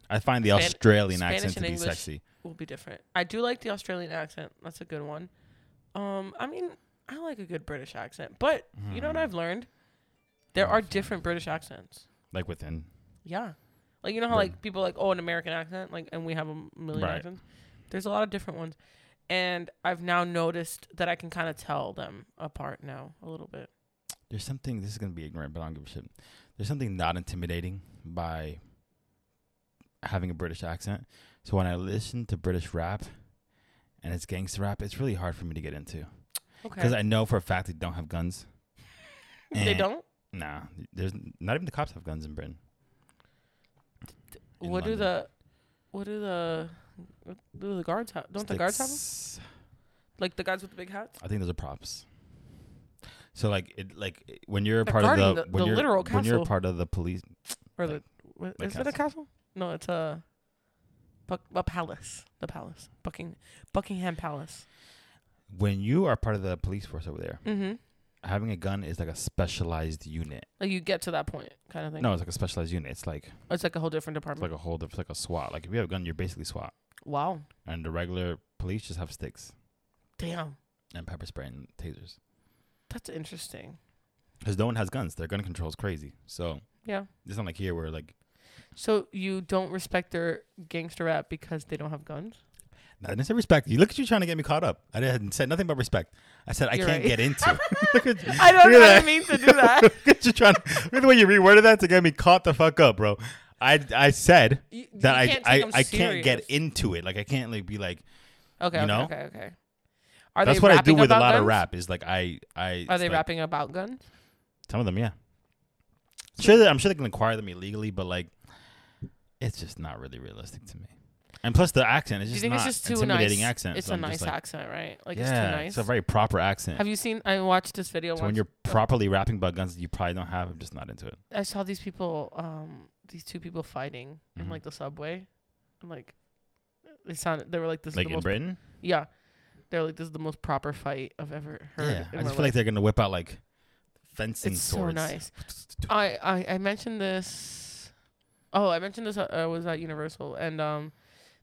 Speaker 2: I find the
Speaker 1: Span-
Speaker 2: Australian
Speaker 1: Spanish
Speaker 2: accent to
Speaker 1: and
Speaker 2: be
Speaker 1: English.
Speaker 2: sexy.
Speaker 1: will be different. I do like the Australian accent. That's a good one. Um, I mean, I like a good British accent, but you know what
Speaker 2: Hmm.
Speaker 1: I've learned? There
Speaker 2: Oh,
Speaker 1: are
Speaker 2: fun.
Speaker 1: different British accents.
Speaker 2: Like within.
Speaker 1: Yeah. Like you know how
Speaker 2: Right.
Speaker 1: like people like oh an American accent like and we have a m- million
Speaker 2: Right.
Speaker 1: accents. There's a lot of different ones, and I've now noticed that I can kind of tell them apart now a little bit.
Speaker 2: There's something. This is gonna be ignorant, but I don't give a shit. There's something not intimidating by having a British accent. So when I listen to British rap and it's gangster rap, it's really hard for me to get into because
Speaker 1: Okay.
Speaker 2: I eh, know for a fact they don't have guns.
Speaker 1: they
Speaker 2: And-
Speaker 1: don't.
Speaker 2: Nah, there's not even the cops have guns in Britain. in
Speaker 1: what do
Speaker 2: London.
Speaker 1: the what do the what do the guards have? Don't the guards have 'em?
Speaker 2: Sticks.
Speaker 1: Like the guys with the big hats?
Speaker 2: I think those are props. So like it like it- when you're a
Speaker 1: They're
Speaker 2: part of
Speaker 1: guarding
Speaker 2: the,
Speaker 1: the-
Speaker 2: when
Speaker 1: the
Speaker 2: you're
Speaker 1: literal
Speaker 2: when you're a
Speaker 1: castle.
Speaker 2: part of the police
Speaker 1: Or
Speaker 2: Like-
Speaker 1: the, what,
Speaker 2: like
Speaker 1: is it a castle? No, it's a Buck, a palace. The palace, Bucking, Buckingham Palace.
Speaker 2: when you are part of the police force over there
Speaker 1: Mm-hmm.
Speaker 2: having a gun is like a specialized unit.
Speaker 1: Like you get to that point, kind of thing.
Speaker 2: No, it's like a specialized unit. It's like
Speaker 1: it's like a whole different
Speaker 2: it's
Speaker 1: department.
Speaker 2: like a whole it's like a SWAT. Like if you have a gun, you're basically SWAT.
Speaker 1: wow,
Speaker 2: And the regular police just have sticks
Speaker 1: damn,
Speaker 2: and pepper spray and tasers
Speaker 1: that's interesting.
Speaker 2: because no one has guns. Their gun control is crazy. So
Speaker 1: Yeah.
Speaker 2: it's not like here where like
Speaker 1: So you don't respect their gangster rap because they don't have guns?
Speaker 2: I didn't say respect. You look at you trying to get me caught up. I didn't said nothing about respect. I said I
Speaker 1: You're
Speaker 2: can't
Speaker 1: right.
Speaker 2: get into. look at you.
Speaker 1: I don't
Speaker 2: Look at
Speaker 1: I
Speaker 2: that.
Speaker 1: didn't mean to do that.
Speaker 2: Look at you trying. Look at the way you reworded that to get me caught the fuck up, bro. I I said
Speaker 1: You- you
Speaker 2: that
Speaker 1: can't
Speaker 2: I
Speaker 1: take
Speaker 2: I,
Speaker 1: 'em
Speaker 2: I can't get
Speaker 1: serious.
Speaker 2: into it. Like I can't like be like.
Speaker 1: Okay,
Speaker 2: you
Speaker 1: okay,
Speaker 2: know?
Speaker 1: okay, okay. Are
Speaker 2: that's
Speaker 1: they
Speaker 2: what I do
Speaker 1: rapping
Speaker 2: with a
Speaker 1: about
Speaker 2: lot of
Speaker 1: guns?
Speaker 2: rap. Is like I I.
Speaker 1: Are
Speaker 2: it's
Speaker 1: they
Speaker 2: like,
Speaker 1: rapping about guns?
Speaker 2: Some of them, yeah. Sure, that- I'm sure they can acquire them illegally, but like, it's just not really realistic to me. And plus, the accent is
Speaker 1: Do you
Speaker 2: just
Speaker 1: think
Speaker 2: not
Speaker 1: it's just too
Speaker 2: intimidating
Speaker 1: nice?
Speaker 2: accent.
Speaker 1: it's
Speaker 2: so
Speaker 1: a
Speaker 2: I'm just
Speaker 1: nice
Speaker 2: like,
Speaker 1: accent, right? Like
Speaker 2: yeah,
Speaker 1: it's too nice.
Speaker 2: a very proper accent.
Speaker 1: have you seen? I watched this video
Speaker 2: so
Speaker 1: once.
Speaker 2: when you're properly rapping about guns, that you probably don't have. I'm just not into it.
Speaker 1: I saw these people, um, these two people fighting in
Speaker 2: Mhm.
Speaker 1: like the subway, and like they sounded. They were like this. is
Speaker 2: Like
Speaker 1: the
Speaker 2: in
Speaker 1: most,
Speaker 2: Britain,
Speaker 1: Yeah, they're like this is the most proper fight I've ever heard.
Speaker 2: yeah,
Speaker 1: in
Speaker 2: I
Speaker 1: my
Speaker 2: just feel
Speaker 1: life."
Speaker 2: like they're gonna whip out like fencing
Speaker 1: it's so
Speaker 2: swords.
Speaker 1: nice. I, I I mentioned this. Oh, I mentioned this. uh, I was at Universal, and um,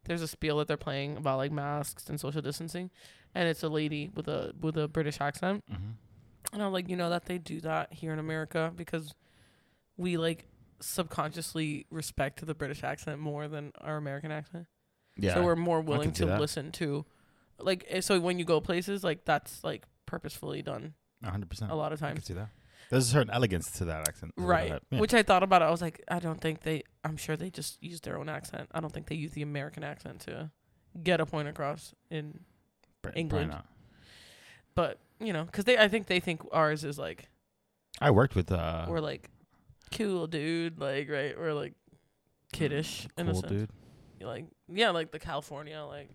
Speaker 1: there's a spiel that they're playing about like masks and social distancing, and it's a lady with a with a British accent,
Speaker 2: Mhm.
Speaker 1: and I'm like, you know that they do that here in America because we like subconsciously respect the British accent more than our American accent,
Speaker 2: Yeah.
Speaker 1: so we're more willing
Speaker 2: see
Speaker 1: to
Speaker 2: that.
Speaker 1: listen to, like, eh, so when you go places, like that's like purposefully done
Speaker 2: hundred percent.
Speaker 1: a lot of
Speaker 2: I
Speaker 1: times.
Speaker 2: can see that. There's a certain elegance to that accent. as well
Speaker 1: Right.
Speaker 2: that- yeah.
Speaker 1: Which I thought about. it, I was like, I don't think they. I'm sure they just use their own accent. I don't think they use the American accent to get a point across. In
Speaker 2: Br- probably
Speaker 1: England.
Speaker 2: not.
Speaker 1: but you know, 'cause they. I think they think ours is like
Speaker 2: I worked with uh,
Speaker 1: we're like cool dude, like right. We're like kiddish in a
Speaker 2: Mm. cool
Speaker 1: sense.
Speaker 2: dude.
Speaker 1: Like yeah, like the California. Like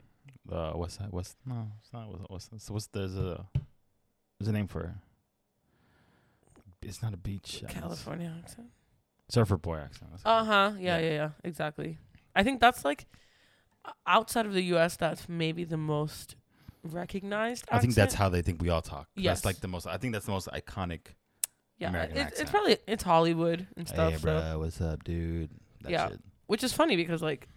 Speaker 2: Uh, what's that? What's no? It's not. What's what's, what's, what's there's a there's a name for it. It's not a beach. uh, it's
Speaker 1: California accent.
Speaker 2: Surfer boy accent. that's what it
Speaker 1: Uh
Speaker 2: is.
Speaker 1: huh.
Speaker 2: Yeah.
Speaker 1: Yeah, yeah, yeah. Exactly. I think that's like o- outside of the U.S. That's maybe the most recognized.
Speaker 2: I think
Speaker 1: accent.
Speaker 2: that's how they think we all talk.
Speaker 1: Yes.
Speaker 2: That's like the most. I think that's the most iconic.
Speaker 1: yeah.
Speaker 2: American
Speaker 1: it's,
Speaker 2: accent. Oh,
Speaker 1: it's probably it's Hollywood and stuff.
Speaker 2: hey,
Speaker 1: so.
Speaker 2: bro, what's up, dude? That
Speaker 1: Yeah.
Speaker 2: shit.
Speaker 1: Which is funny because like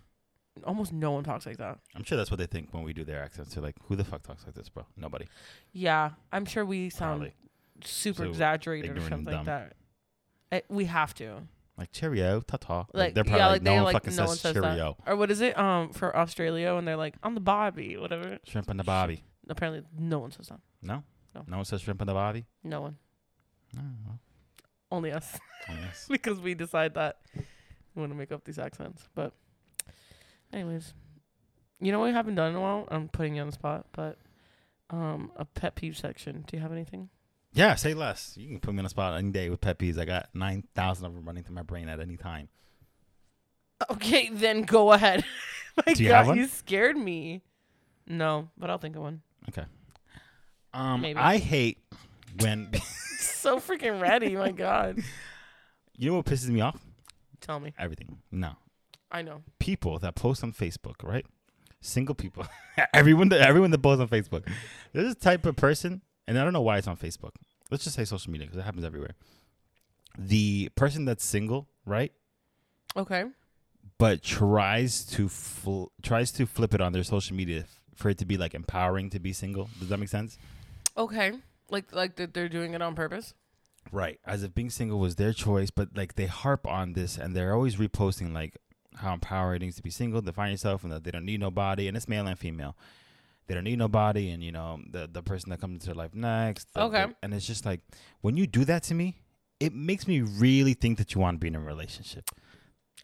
Speaker 1: almost no one talks like that.
Speaker 2: I'm sure that's what they think when we do their accents. They're like, "Who the fuck talks like this, bro? Nobody."
Speaker 1: Yeah, I'm sure we sound
Speaker 2: Probably.
Speaker 1: super
Speaker 2: So
Speaker 1: exaggerated or
Speaker 2: ignorant and
Speaker 1: something like
Speaker 2: dumb.
Speaker 1: that. I, we have to.
Speaker 2: Like Cheerio, ta ta. Like,
Speaker 1: Like,
Speaker 2: they're probably
Speaker 1: yeah,
Speaker 2: like,
Speaker 1: like
Speaker 2: no
Speaker 1: they
Speaker 2: one
Speaker 1: like
Speaker 2: fucking
Speaker 1: no
Speaker 2: says,
Speaker 1: one says that.
Speaker 2: Cheerio.
Speaker 1: Or what is it? Um, for Australia, and they're like, "I'm the Bobby," whatever.
Speaker 2: Shrimp and the Bobby.
Speaker 1: Apparently, no one says that.
Speaker 2: No?
Speaker 1: No.
Speaker 2: No one says shrimp and the Bobby?
Speaker 1: No one,
Speaker 2: No. well,
Speaker 1: only us,
Speaker 2: I guess.
Speaker 1: because we decide that we want to make up these accents. But, anyways, you know what we haven't done in a while. I'm putting you on the spot, but um, a pet peeve section. Do you have anything?
Speaker 2: Yeah, say less. You can put me on the spot any day with pet peeves. I got 9,000 of them running through my brain at any time.
Speaker 1: Okay, then go ahead. My
Speaker 2: Do you
Speaker 1: God,
Speaker 2: have one?
Speaker 1: you scared me. No, but I'll think of one.
Speaker 2: Um,
Speaker 1: Maybe.
Speaker 2: I hate when.
Speaker 1: so freaking ready. My God.
Speaker 2: you know what pisses me off?
Speaker 1: Tell me.
Speaker 2: Everything. No.
Speaker 1: I know.
Speaker 2: People that post on Facebook, right? Single people. everyone, that, everyone that posts on Facebook. There's a type of person, and I don't know why it's on Facebook. Let's just say social media because it happens everywhere. The person that's single, right?
Speaker 1: Okay.
Speaker 2: but tries to fl- tries to flip it on their social media f- for it to be like empowering to be single. Does that make sense?
Speaker 1: Okay. Like like that they're doing it on purpose.
Speaker 2: Right. As if being single was their choice, but like they harp on this and they're always reposting like how empowering it is to be single, to find yourself, and that they don't need nobody, and it's male and female. They don't need nobody, and you know the the person that comes into their life next. the-
Speaker 1: Okay.
Speaker 2: the- and it's just like when you do that to me, it makes me really think that you want to be in a relationship.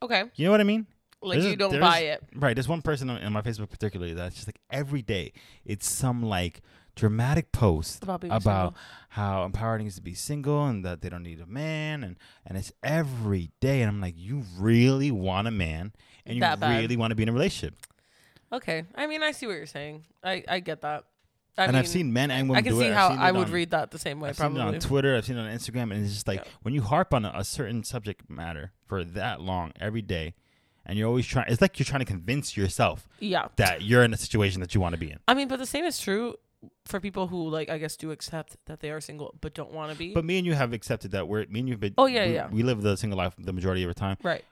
Speaker 1: Okay.
Speaker 2: You know what I mean?
Speaker 1: Like
Speaker 2: There's a-
Speaker 1: you don't
Speaker 2: there's-
Speaker 1: buy it.
Speaker 2: Right. There's one person on, in my Facebook particularly that's just like every day it's some like dramatic post
Speaker 1: About being
Speaker 2: about how empowering it is to be single and that they don't need a man and and it's every day and I'm like you really want a man and you
Speaker 1: That bad.
Speaker 2: really want to be in a relationship
Speaker 1: Okay. I mean I see what you're saying. I, I get that. I
Speaker 2: and
Speaker 1: mean,
Speaker 2: I've seen men and women
Speaker 1: I can
Speaker 2: do
Speaker 1: see
Speaker 2: it. I've
Speaker 1: how
Speaker 2: seen
Speaker 1: I
Speaker 2: it
Speaker 1: would
Speaker 2: on-
Speaker 1: read that the same way
Speaker 2: I've seen it
Speaker 1: probably.
Speaker 2: on Twitter I've seen it on Instagram and it's just like
Speaker 1: Yeah.
Speaker 2: when you harp on a, a certain subject matter for that long every day and you're always trying it's like you're trying to convince yourself
Speaker 1: yeah.
Speaker 2: that you're in a situation that you want to be in
Speaker 1: I mean, but the same is true for people who like I guess do accept that they are single but don't want to be.
Speaker 2: But me and you have accepted that we're me and you've been.
Speaker 1: Oh, yeah,
Speaker 2: we,
Speaker 1: yeah.
Speaker 2: We live the single life the majority of the time.
Speaker 1: right.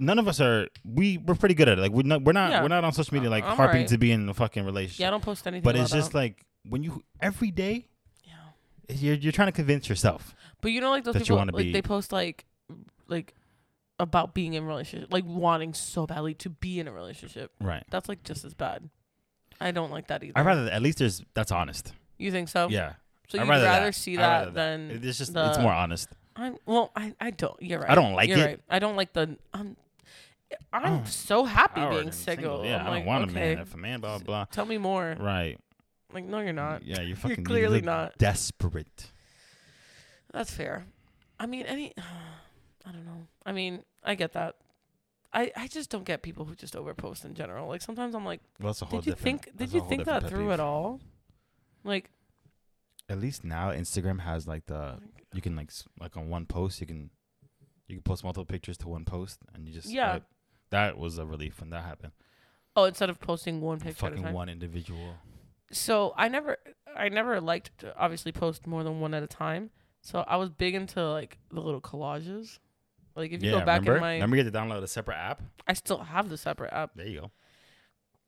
Speaker 2: None of us are. We we're pretty good at it. Like we're not we're not
Speaker 1: Yeah.
Speaker 2: we're not on social media like
Speaker 1: I'm
Speaker 2: harping
Speaker 1: right.
Speaker 2: to be in a fucking relationship.
Speaker 1: Yeah, I don't post anything.
Speaker 2: but it's
Speaker 1: about
Speaker 2: just
Speaker 1: that.
Speaker 2: like when you every day
Speaker 1: yeah.
Speaker 2: you're you're trying to convince yourself.
Speaker 1: But you know, like those
Speaker 2: that you
Speaker 1: people,
Speaker 2: wanna
Speaker 1: like
Speaker 2: be-
Speaker 1: they post like, like about being in relationship, like wanting so badly to be in a relationship.
Speaker 2: Right.
Speaker 1: That's like just as bad. I don't like that either.
Speaker 2: I rather at least there's that's honest.
Speaker 1: you think so?
Speaker 2: Yeah.
Speaker 1: So
Speaker 2: I'd
Speaker 1: you'd
Speaker 2: rather
Speaker 1: rather,
Speaker 2: that.
Speaker 1: see
Speaker 2: I'd
Speaker 1: that
Speaker 2: rather that.
Speaker 1: than
Speaker 2: It's just
Speaker 1: the-
Speaker 2: it's more honest.
Speaker 1: I'm well. I I don't. You're right.
Speaker 2: I don't like
Speaker 1: you're
Speaker 2: it.
Speaker 1: Right. I don't like the. I'm. I'm
Speaker 2: Oh,
Speaker 1: so happy
Speaker 2: Howard
Speaker 1: being
Speaker 2: and
Speaker 1: single.
Speaker 2: Yeah,
Speaker 1: I'm
Speaker 2: I
Speaker 1: like,
Speaker 2: don't want
Speaker 1: okay,
Speaker 2: a man. If a man, blah blah.
Speaker 1: Tell me more.
Speaker 2: blah. Right.
Speaker 1: Like, no, you're not.
Speaker 2: Yeah, you're fucking
Speaker 1: clearly
Speaker 2: look
Speaker 1: not.
Speaker 2: desperate.
Speaker 1: That's fair. I mean, any. I don't know. I mean, I get that. I, I just don't get people who just overpost in general. Like sometimes I'm like,
Speaker 2: Well, that's a whole
Speaker 1: did you
Speaker 2: different-
Speaker 1: think
Speaker 2: that's
Speaker 1: did
Speaker 2: a
Speaker 1: you
Speaker 2: whole
Speaker 1: think
Speaker 2: different
Speaker 1: that
Speaker 2: pet
Speaker 1: through
Speaker 2: peeve.
Speaker 1: at all? Like
Speaker 2: at least now Instagram has like the you can like s- like on one post you can you can post multiple pictures to one post and you just
Speaker 1: Yeah.
Speaker 2: swipe. That was a relief when that happened.
Speaker 1: oh, instead of posting one picture at a
Speaker 2: Fucking
Speaker 1: time.
Speaker 2: one individual.
Speaker 1: So I never I never liked to obviously post more than one at a time. So I was big into like the little collages. Like if you go back
Speaker 2: remember?
Speaker 1: in my
Speaker 2: remember you had to download a separate app.
Speaker 1: I still have the separate app
Speaker 2: There you go.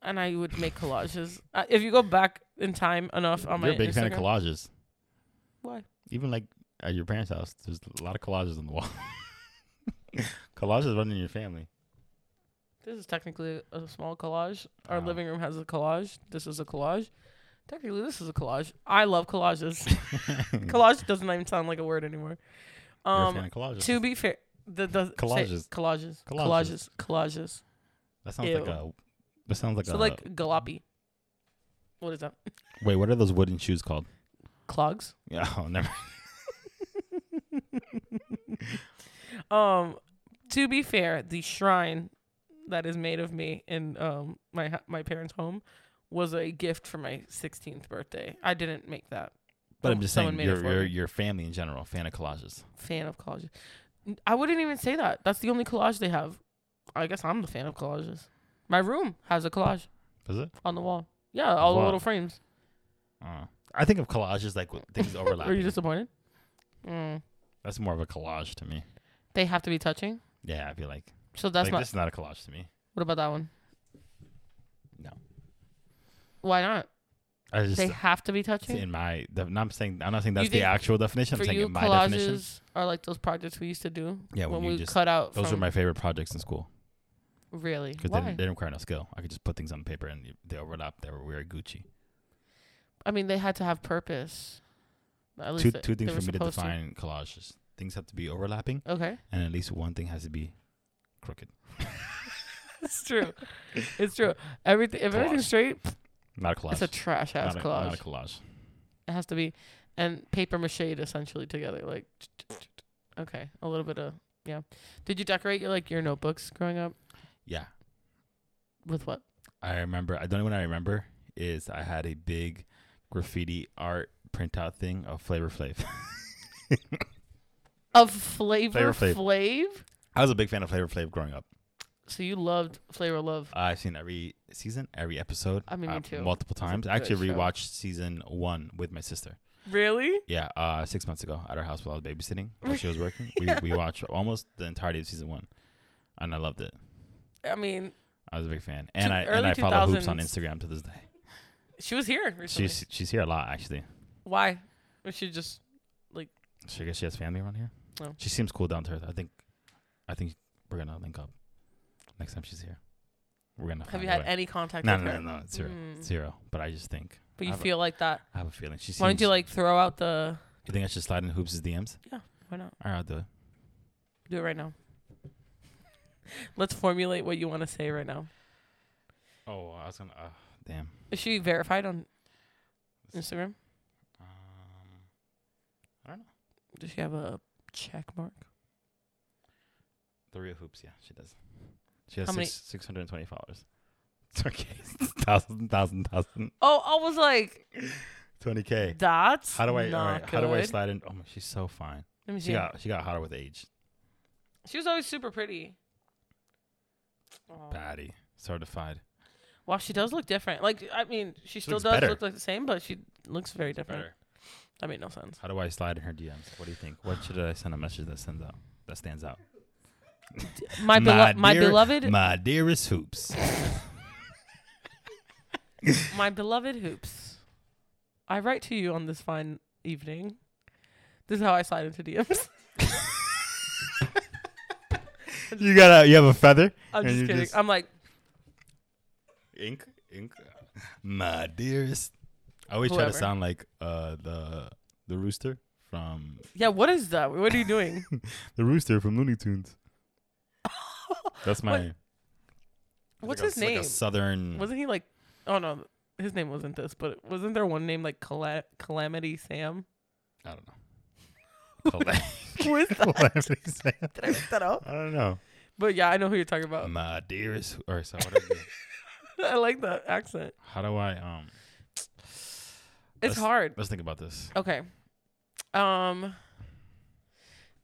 Speaker 1: and I would make collages. uh, if you go back in time enough on
Speaker 2: You're
Speaker 1: my
Speaker 2: a big
Speaker 1: Instagram,
Speaker 2: fan of collages.
Speaker 1: Why?
Speaker 2: Even like at your parents' house, there's a lot of collages on the wall. collages running in your family.
Speaker 1: This is technically a small collage. Our
Speaker 2: Wow.
Speaker 1: living room has a collage. This is a collage. Technically, this is a collage. I love collages. collage doesn't even sound like a word anymore.
Speaker 2: You're a fan
Speaker 1: Um,
Speaker 2: of collages.
Speaker 1: to be fair, the, the say-
Speaker 2: Collages. Collages.
Speaker 1: collages, collages, collages.
Speaker 2: that sounds like
Speaker 1: ew.
Speaker 2: a. That sounds like uh, a.
Speaker 1: so like galopy. What is that?
Speaker 2: wait, what are those wooden shoes called?
Speaker 1: Clogs.
Speaker 2: Yeah, oh, never.
Speaker 1: Um, to be fair, the shrine that is made of me in um my ha- my parents' home was a gift for my 16th birthday. I didn't make that.
Speaker 2: But I'm
Speaker 1: Oh,
Speaker 2: just
Speaker 1: someone
Speaker 2: saying,
Speaker 1: made it
Speaker 2: your
Speaker 1: for
Speaker 2: your
Speaker 1: me.
Speaker 2: your family in general, fan of collages.
Speaker 1: fan of collages. N- I wouldn't even say that. That's the only collage they have. I guess I'm the fan of collages. My room has a collage
Speaker 2: Is it?
Speaker 1: on the wall. Yeah, all
Speaker 2: Wow.
Speaker 1: the little frames.
Speaker 2: Uh, I think of collages like with things
Speaker 1: Are you
Speaker 2: overlapping.
Speaker 1: disappointed? Mm.
Speaker 2: that's more of a collage to me.
Speaker 1: They have to be touching.
Speaker 2: Yeah, I feel like
Speaker 1: So that's
Speaker 2: like
Speaker 1: not.
Speaker 2: this is not a collage to me.
Speaker 1: What about that one?
Speaker 2: No.
Speaker 1: Why not?
Speaker 2: I just uh,
Speaker 1: They have to be touching.
Speaker 2: in my. def- No, I'm saying I'm not saying that's the
Speaker 1: think-
Speaker 2: actual definition. I'm
Speaker 1: For
Speaker 2: saying
Speaker 1: you,
Speaker 2: in my
Speaker 1: collages
Speaker 2: definition.
Speaker 1: are like those projects we used to do.
Speaker 2: Yeah, when
Speaker 1: when,
Speaker 2: you
Speaker 1: we
Speaker 2: just-
Speaker 1: cut out.
Speaker 2: Those were
Speaker 1: from,
Speaker 2: my favorite projects in school
Speaker 1: really.
Speaker 2: because they,
Speaker 1: Why?
Speaker 2: didn't- they didn't require no skill. I could just put things on paper and they overlap. They were weird Gucci.
Speaker 1: I mean, they had to have purpose. At least
Speaker 2: Two
Speaker 1: they-
Speaker 2: two things
Speaker 1: they were
Speaker 2: for me to
Speaker 1: supposed
Speaker 2: define collages. Things have to be overlapping,
Speaker 1: Okay,
Speaker 2: and at least one thing has to be crooked.
Speaker 1: it's true. it's true. Everything. If everything's
Speaker 2: Collage.
Speaker 1: straight,
Speaker 2: Not a collage.
Speaker 1: it's a trash ass
Speaker 2: not, a,
Speaker 1: collage.
Speaker 2: not a collage.
Speaker 1: It has to be, and paper mache essentially together. Like, okay, a little bit of yeah. Did you decorate your like your notebooks growing up
Speaker 2: Yeah,
Speaker 1: with what?
Speaker 2: I remember. I don't even I remember is I had a big graffiti art printout thing of Flavor Flav.
Speaker 1: Of flavor,
Speaker 2: Flavor Flav.
Speaker 1: Flav.
Speaker 2: I was a big fan of Flavor Flav growing up.
Speaker 1: So you loved Flavor Love.
Speaker 2: I've seen every season, every episode. uh,
Speaker 1: I mean, me too.
Speaker 2: Multiple times. I
Speaker 1: good
Speaker 2: actually
Speaker 1: show.
Speaker 2: rewatched season one with my sister.
Speaker 1: Really?
Speaker 2: Yeah, uh, six months ago at her house while I was babysitting, while she was working. we, we watched almost the entirety of season one, and I loved it.
Speaker 1: I mean,
Speaker 2: I was a big fan, and I and
Speaker 1: early
Speaker 2: I follow hoops on
Speaker 1: 2000s.
Speaker 2: Instagram to this day.
Speaker 1: she was here recently.
Speaker 2: She's she's here a lot actually.
Speaker 1: Why? Was she just
Speaker 2: She I guess she has family around here.
Speaker 1: Oh.
Speaker 2: She seems cool down to earth. I think, I think we're gonna link up next time she's here. We're gonna.
Speaker 1: have
Speaker 2: find
Speaker 1: you
Speaker 2: a
Speaker 1: had
Speaker 2: way.
Speaker 1: any contact
Speaker 2: No,
Speaker 1: with her?
Speaker 2: no, no, no, it's zero,
Speaker 1: Mm.
Speaker 2: zero. But I just think I
Speaker 1: But you
Speaker 2: have a-
Speaker 1: feel like that.
Speaker 2: I have a feeling she. Seems,
Speaker 1: Why don't you like throw out the?
Speaker 2: You think I should slide in hoops' DMs?
Speaker 1: Why not
Speaker 2: All right, I'll do it.
Speaker 1: do it right now? Let's formulate what you want to say right now.
Speaker 2: Oh, I was gonna. Uh, damn.
Speaker 1: Is she verified on Instagram?
Speaker 2: Um,
Speaker 1: Does she have a check mark?
Speaker 2: the real hoops, yeah, she does. She has
Speaker 1: How many-
Speaker 2: six six hundred and twenty followers. It's okay, thousand, thousand, thousand,
Speaker 1: Oh, I was like,
Speaker 2: twenty k.
Speaker 1: that's
Speaker 2: How do I? All
Speaker 1: Not
Speaker 2: right, how do I
Speaker 1: good.
Speaker 2: slide in? Oh my, she's so fine.
Speaker 1: Let me
Speaker 2: She
Speaker 1: see.
Speaker 2: got she got hotter with age.
Speaker 1: She was always super pretty. Oh.
Speaker 2: Patty, certified.
Speaker 1: Wow, she does look different. Like, I mean, she, still
Speaker 2: looks
Speaker 1: does
Speaker 2: better.
Speaker 1: look like the same, but she looks very different.
Speaker 2: Better.
Speaker 1: That made no sense.
Speaker 2: How do I slide in her DMs? What do you think? What should I send a message that sends out? That stands out.
Speaker 1: My belo- my
Speaker 2: dear-
Speaker 1: beloved, my-,
Speaker 2: my dearest hoops.
Speaker 1: beloved hoops. I write to you on this fine evening. This is how I slide into DMs.
Speaker 2: you got a you have a feather.
Speaker 1: I'm
Speaker 2: And
Speaker 1: just
Speaker 2: you
Speaker 1: kidding.
Speaker 2: just-
Speaker 1: I'm like,
Speaker 2: Ink, ink. My dearest. I always try
Speaker 1: Whoever.
Speaker 2: to sound like uh the the rooster from
Speaker 1: yeah, what is that? What are you doing?
Speaker 2: the rooster from Looney Tunes. That's my. it's
Speaker 1: What's
Speaker 2: like a-
Speaker 1: his
Speaker 2: it's like
Speaker 1: name?
Speaker 2: a southern.
Speaker 1: Wasn't he like? Oh no, his name wasn't this. But wasn't there one name like Cala- Calamity Sam?
Speaker 2: I don't know. Cala-
Speaker 1: Who is that?
Speaker 2: Calamity Sam.
Speaker 1: Did I make that up?
Speaker 2: I don't know.
Speaker 1: But yeah, I know who you're talking about.
Speaker 2: My dearest. Or sorry. What do I do?
Speaker 1: I like that accent.
Speaker 2: How do I um?
Speaker 1: It's
Speaker 2: Let's-
Speaker 1: hard.
Speaker 2: Let's think about this.
Speaker 1: Okay. Um.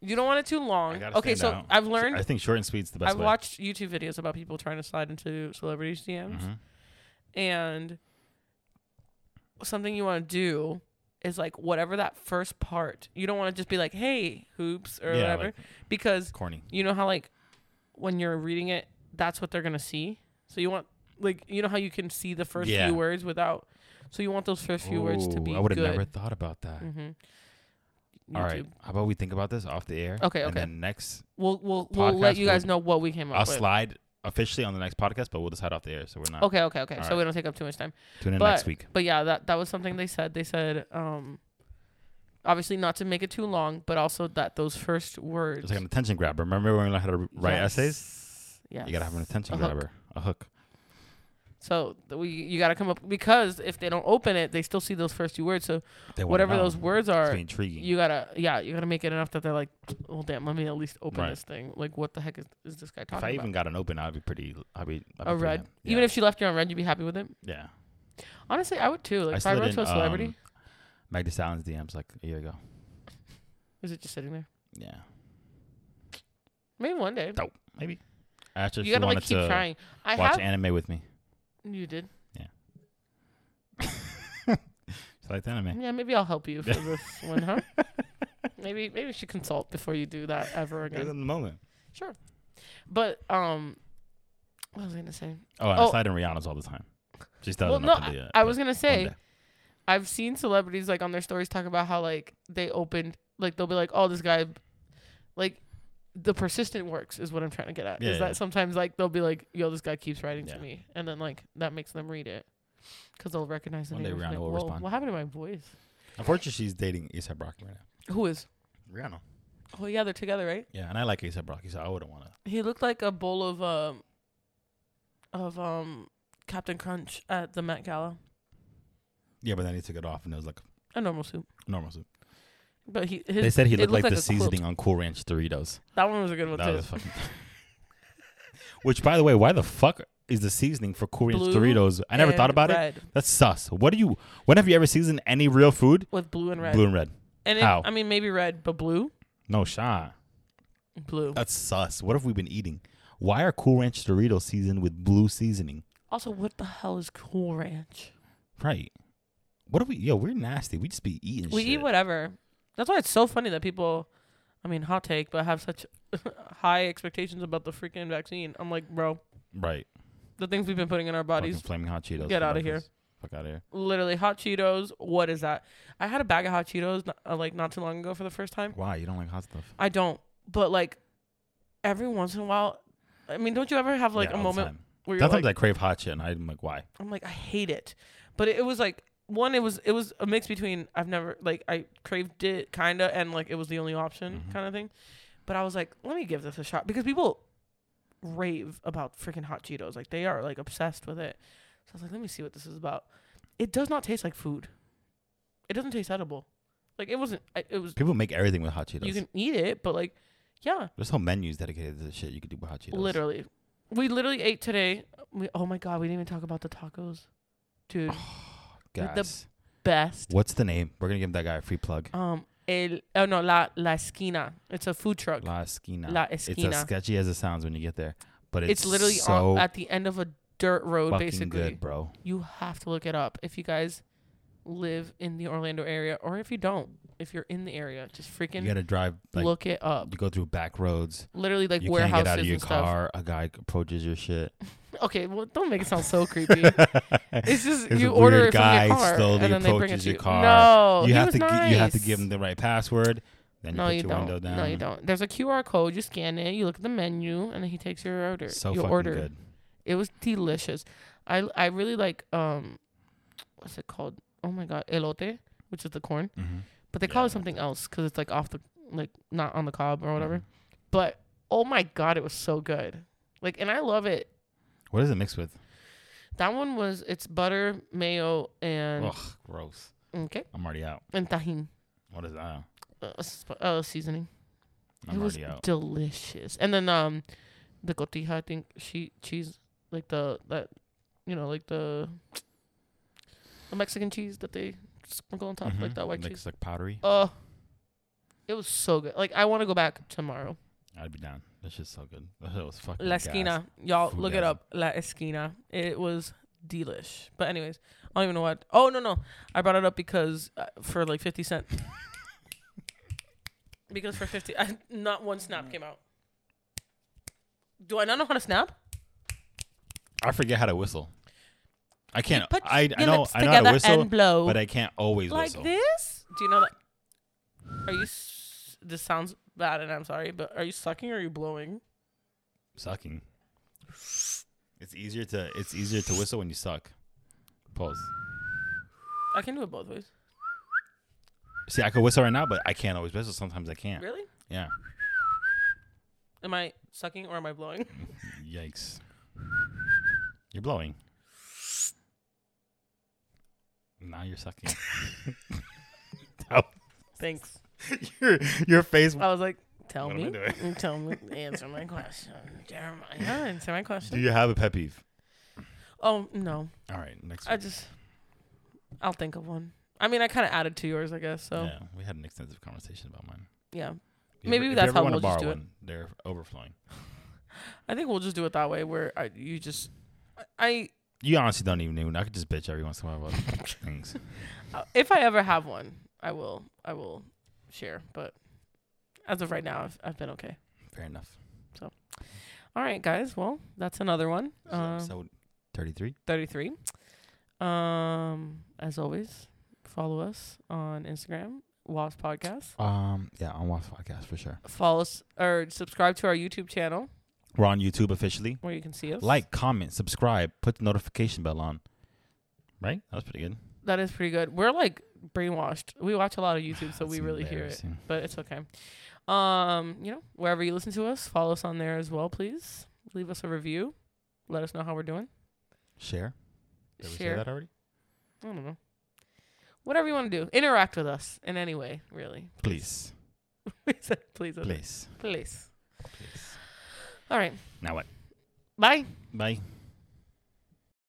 Speaker 1: You don't want it too
Speaker 2: I
Speaker 1: long.
Speaker 2: gotta
Speaker 1: Okay,
Speaker 2: stand
Speaker 1: so
Speaker 2: out.
Speaker 1: I've
Speaker 2: I
Speaker 1: learned.
Speaker 2: think short and sweet's the best
Speaker 1: I've
Speaker 2: way.
Speaker 1: watched YouTube videos about people trying to slide into celebrities' DMs,
Speaker 2: Mhm.
Speaker 1: and something you want to do is like whatever that first part. You don't want to just be like, "Hey, hoops" or
Speaker 2: Yeah,
Speaker 1: whatever,
Speaker 2: like-
Speaker 1: because
Speaker 2: Corny.
Speaker 1: you know how like when you're reading it, that's what they're gonna see. So you want like you know how you can see the first
Speaker 2: Yeah.
Speaker 1: few words without. So you want those first few words to
Speaker 2: Ooh,
Speaker 1: be.
Speaker 2: I would have
Speaker 1: good.
Speaker 2: never thought about that.
Speaker 1: Mm-hmm.
Speaker 2: All right. How about we think about this off the air?
Speaker 1: Okay,
Speaker 2: And
Speaker 1: okay.
Speaker 2: then next,
Speaker 1: We'll we'll we'll
Speaker 2: Podcast
Speaker 1: let you guys
Speaker 2: will-
Speaker 1: know what we came up
Speaker 2: I'll
Speaker 1: with.
Speaker 2: slide officially on the next podcast, but we'll decide off the air, so we're not.
Speaker 1: Okay, okay, okay.
Speaker 2: All
Speaker 1: so
Speaker 2: right.
Speaker 1: we don't take up too much time.
Speaker 2: Tune in
Speaker 1: but-
Speaker 2: next week.
Speaker 1: But yeah, that that was something they said. They said um obviously not to make it too long, but also that those first words
Speaker 2: It's like an attention grabber. Remember when we learned how to write essays?
Speaker 1: Yeah.
Speaker 2: You gotta have an attention
Speaker 1: A hook.
Speaker 2: grabber, a hook.
Speaker 1: So th- we you got to come up because if they don't open it, they still see those first two words. So
Speaker 2: They wanna
Speaker 1: whatever
Speaker 2: know.
Speaker 1: those words
Speaker 2: It's
Speaker 1: are,
Speaker 2: be intriguing.
Speaker 1: you gotta yeah you gotta make it enough that they're like well damn let me at least open
Speaker 2: Right.
Speaker 1: this thing like what the heck is, is this guy
Speaker 2: if
Speaker 1: talking
Speaker 2: I
Speaker 1: about
Speaker 2: even got an open, I'd be pretty. I'd be. I'd be
Speaker 1: a
Speaker 2: pretty
Speaker 1: red
Speaker 2: happy.
Speaker 1: even
Speaker 2: Yeah.
Speaker 1: if she left you on red you'd be happy with it
Speaker 2: yeah,
Speaker 1: honestly i would too like
Speaker 2: I
Speaker 1: if i
Speaker 2: slid
Speaker 1: wrote
Speaker 2: in,
Speaker 1: to a celebrity
Speaker 2: um, Magda Sallen's DMs like a year ago.
Speaker 1: is it just sitting there
Speaker 2: Yeah,
Speaker 1: maybe one day
Speaker 2: dope. Maybe after
Speaker 1: you
Speaker 2: she
Speaker 1: gotta
Speaker 2: wanted
Speaker 1: like keep
Speaker 2: to
Speaker 1: trying i
Speaker 2: watch
Speaker 1: have
Speaker 2: anime with me.
Speaker 1: you did
Speaker 2: She liked anime.
Speaker 1: yeah maybe i'll help you for this one huh maybe maybe we should consult before you do that ever
Speaker 2: It was
Speaker 1: again
Speaker 2: in the moment.
Speaker 1: sure but um what was i gonna say
Speaker 2: Oh, and I
Speaker 1: Oh.
Speaker 2: slide in Rihanna's all the time. She doesn't
Speaker 1: well no
Speaker 2: up to
Speaker 1: i,
Speaker 2: the, uh,
Speaker 1: I
Speaker 2: but
Speaker 1: was gonna
Speaker 2: one
Speaker 1: say
Speaker 2: day.
Speaker 1: I've seen celebrities like on their stories talk about how like they opened like they'll be like, oh, this guy, like the persistent works is what I'm trying to get at.
Speaker 2: Yeah,
Speaker 1: is
Speaker 2: yeah.
Speaker 1: that sometimes like they'll be like, yo, this guy keeps writing
Speaker 2: Yeah.
Speaker 1: to me, and then like that makes them read it because they'll recognize the
Speaker 2: One day
Speaker 1: name. and be
Speaker 2: Rihanna
Speaker 1: like,
Speaker 2: will
Speaker 1: "Whoa,
Speaker 2: respond."
Speaker 1: What happened to my voice?
Speaker 2: Unfortunately, she's dating ASAP Rocky right
Speaker 1: Who is?
Speaker 2: now. Rihanna.
Speaker 1: Oh yeah, they're together, right?
Speaker 2: Yeah, and I like ASAP Rocky, so I wouldn't want to.
Speaker 1: He looked like a bowl of um of um Captain Crunch at the Met Gala,
Speaker 2: Yeah, but then he took it off and it was like
Speaker 1: a normal soup.
Speaker 2: normal soup.
Speaker 1: But he
Speaker 2: they
Speaker 1: his,
Speaker 2: said he
Speaker 1: it
Speaker 2: looked,
Speaker 1: looked
Speaker 2: like,
Speaker 1: like
Speaker 2: the
Speaker 1: a quilt.
Speaker 2: seasoning on Cool Ranch Doritos.
Speaker 1: that one was a good one
Speaker 2: That
Speaker 1: too.
Speaker 2: was fucking. Which, by the way, why the fuck is the seasoning for Cool Ranch
Speaker 1: Blue
Speaker 2: Doritos? I never thought
Speaker 1: and
Speaker 2: about it.
Speaker 1: red,
Speaker 2: That's sus. What do you? When have you ever seasoned any real food?
Speaker 1: with blue and red.
Speaker 2: Blue and red.
Speaker 1: And it,
Speaker 2: How?
Speaker 1: I mean, maybe red, but blue,
Speaker 2: No shot.
Speaker 1: blue.
Speaker 2: That's sus. What have we been eating? Why are Cool Ranch Doritos seasoned with blue seasoning?
Speaker 1: Also, what the hell is Cool Ranch?
Speaker 2: Right. What are we? Yo, we're nasty. We just be eating.
Speaker 1: We eat
Speaker 2: shit.
Speaker 1: whatever. That's why it's so funny that people, I mean, hot take, but have such high expectations about the freaking vaccine. I'm like, bro,
Speaker 2: Right.
Speaker 1: the things we've been putting in our
Speaker 2: Fucking
Speaker 1: bodies,
Speaker 2: flaming hot Cheetos.
Speaker 1: get
Speaker 2: for
Speaker 1: outta here.
Speaker 2: breakfast. Fuck out of here.
Speaker 1: literally hot Cheetos. What is that? I had a bag of hot Cheetos not- uh, like not too long ago for the first time.
Speaker 2: Why you don't like hot stuff?
Speaker 1: I don't, but like every once in a while, I mean, don't you ever have like
Speaker 2: Yeah, all
Speaker 1: a
Speaker 2: the
Speaker 1: moment
Speaker 2: time.
Speaker 1: where you're
Speaker 2: Sometimes
Speaker 1: like,
Speaker 2: I crave hot shit, and I'm like, why?
Speaker 1: I'm like, I hate it. But it, it was like one, it was it was a mix between I've never like I craved it kinda and like it was the only option
Speaker 2: Mhm.
Speaker 1: kind of thing. But I was like, let me give this a shot because people rave about freaking hot Cheetos. Like they are like obsessed with it. So I was like, let me see what this is about. It does not taste like food. It doesn't taste edible. Like it wasn't. I- It was.
Speaker 2: People make everything with hot Cheetos.
Speaker 1: You can eat it, but like, yeah,
Speaker 2: There's whole menus dedicated to the shit you could do with hot Cheetos.
Speaker 1: literally. We literally ate today. We, oh my god, we didn't even talk about the tacos, dude. With the-
Speaker 2: Guys,
Speaker 1: Best.
Speaker 2: what's the name? We're gonna give that guy a free plug.
Speaker 1: Um, el, oh no, la la esquina. It's a food truck.
Speaker 2: La Esquina.
Speaker 1: La
Speaker 2: It's as
Speaker 1: esquina.
Speaker 2: sketchy as it sounds when you get there, but it's,
Speaker 1: it's, literally
Speaker 2: so
Speaker 1: on, at the end of a dirt road.
Speaker 2: fucking
Speaker 1: Basically,
Speaker 2: good, bro.
Speaker 1: you have to look it up if you guys live in the Orlando area, or if you don't, if you're in the area, just freaking
Speaker 2: you gotta drive like
Speaker 1: look it up.
Speaker 2: you go through back roads.
Speaker 1: Literally, like
Speaker 2: you can't
Speaker 1: warehouses
Speaker 2: get out of your
Speaker 1: and stuff.
Speaker 2: car. A guy approaches your shit.
Speaker 1: Okay, well, don't make it sound so creepy. It's just
Speaker 2: There's
Speaker 1: you
Speaker 2: a
Speaker 1: order
Speaker 2: weird
Speaker 1: it from
Speaker 2: guy
Speaker 1: your car,
Speaker 2: slowly
Speaker 1: and then they bring it
Speaker 2: approaches
Speaker 1: to
Speaker 2: your
Speaker 1: you.
Speaker 2: car.
Speaker 1: No,
Speaker 2: you
Speaker 1: he
Speaker 2: have
Speaker 1: was
Speaker 2: to gi- you have to
Speaker 1: nice.
Speaker 2: give him the right password. Then you
Speaker 1: no,
Speaker 2: put
Speaker 1: you
Speaker 2: your window
Speaker 1: don't.
Speaker 2: down.
Speaker 1: No, you don't. There's a QR code. You scan it. You look at the menu, and then he takes your order.
Speaker 2: So
Speaker 1: your
Speaker 2: fucking
Speaker 1: order.
Speaker 2: good.
Speaker 1: It was delicious. I I really like um, what's it called? Oh my god, elote, which is the corn,
Speaker 2: Mm-hmm.
Speaker 1: but they call
Speaker 2: Yeah,
Speaker 1: it something else because it's like off the like not on the cob or
Speaker 2: Mm.
Speaker 1: whatever.
Speaker 2: Mm-hmm.
Speaker 1: But oh my god, it was so good. Like, and I love it.
Speaker 2: What is it mixed with?
Speaker 1: That one was it's butter, mayo, and
Speaker 2: Ugh, gross.
Speaker 1: okay,
Speaker 2: I'm already out.
Speaker 1: and tahin,
Speaker 2: What is that?
Speaker 1: uh, sp- uh, seasoning.
Speaker 2: I'm
Speaker 1: it was
Speaker 2: already out.
Speaker 1: delicious. And then um, the cotija, I think she cheese like the that you know like the the Mexican cheese that they sprinkle on top like
Speaker 2: Mhm.
Speaker 1: that white
Speaker 2: Mixed,
Speaker 1: cheese.
Speaker 2: like powdery.
Speaker 1: Oh, it was so good. Like I want to go back tomorrow.
Speaker 2: I'd be down. That shit's so good. That shit was fucking.
Speaker 1: La
Speaker 2: gas.
Speaker 1: Esquina, y'all look it
Speaker 2: Foodgasm.
Speaker 1: up. La Esquina. It was delish. But anyways, I don't even know what. Oh no no, I brought it up because uh, for like fifty cent. because for fifty, I, not one snap came out. Do I not know how to snap?
Speaker 2: I forget how to whistle. I can't.
Speaker 1: put
Speaker 2: I, I
Speaker 1: your
Speaker 2: know.
Speaker 1: lips
Speaker 2: I know how to
Speaker 1: together
Speaker 2: whistle,
Speaker 1: and blow
Speaker 2: but I can't always
Speaker 1: like
Speaker 2: whistle.
Speaker 1: this. Do you know that? Are you? s- This sounds bad, and I'm sorry, but are you sucking or are you blowing?
Speaker 2: Sucking. It's easier to. It's easier to whistle when you suck. Pause.
Speaker 1: I can do it both ways.
Speaker 2: See, I could whistle right now, but I can't always whistle. Sometimes I can't.
Speaker 1: Really?
Speaker 2: Yeah.
Speaker 1: Am I sucking or am I blowing?
Speaker 2: Yikes. You're blowing. Now you're sucking.
Speaker 1: Thanks.
Speaker 2: your your face.
Speaker 1: I was like, Oh, tell
Speaker 2: What
Speaker 1: me, Mm,
Speaker 2: am I doing?
Speaker 1: tell me, answer my question, Jeremiah. Answer my
Speaker 2: Do
Speaker 1: question.
Speaker 2: you have a pet peeve?
Speaker 1: Oh no,
Speaker 2: All right, next.
Speaker 1: I just, I'll think of one. I mean, I kind of added to yours, I guess. So
Speaker 2: Yeah, we had an extensive conversation about mine.
Speaker 1: yeah.
Speaker 2: If you ever-
Speaker 1: Maybe
Speaker 2: if you
Speaker 1: that's
Speaker 2: ever
Speaker 1: how
Speaker 2: wanna
Speaker 1: we'll just
Speaker 2: borrow
Speaker 1: do it.
Speaker 2: one, They're overflowing.
Speaker 1: I think we'll just do it that way, where I, you just, I,
Speaker 2: You honestly don't even know. I could just bitch every once in a while about things.
Speaker 1: Uh, if I ever have one, I will. I will share. But as of right now, I've, I've been okay.
Speaker 2: Fair enough.
Speaker 1: All right, guys. Well, that's another one.
Speaker 2: This is
Speaker 1: Um,
Speaker 2: episode 33.
Speaker 1: Thirty-three. Um, as always, follow us on Instagram, Wasp Podcast.
Speaker 2: Um, yeah, on Watch Podcast for sure.
Speaker 1: Follow us or subscribe to our YouTube channel
Speaker 2: We're on YouTube officially.
Speaker 1: where you can see us.
Speaker 2: Like, comment, subscribe, put the notification bell on. Right? That was pretty good.
Speaker 1: that is pretty good. We're like brainwashed. We watch a lot of YouTube, so
Speaker 2: That's
Speaker 1: we really hear it,
Speaker 2: embarrassing.
Speaker 1: but it's okay. Um, you know, wherever you listen to us, follow us on there as well, please. Leave us a review. Let us know how we're doing.
Speaker 2: Share. Did we say
Speaker 1: Share.
Speaker 2: that already?
Speaker 1: I don't know. Whatever you want to do, interact with us in any way, really.
Speaker 2: Please.
Speaker 1: We said please. okay.
Speaker 2: Please.
Speaker 1: Please.
Speaker 2: Please.
Speaker 1: All right.
Speaker 2: Now what?
Speaker 1: Bye.
Speaker 2: Bye.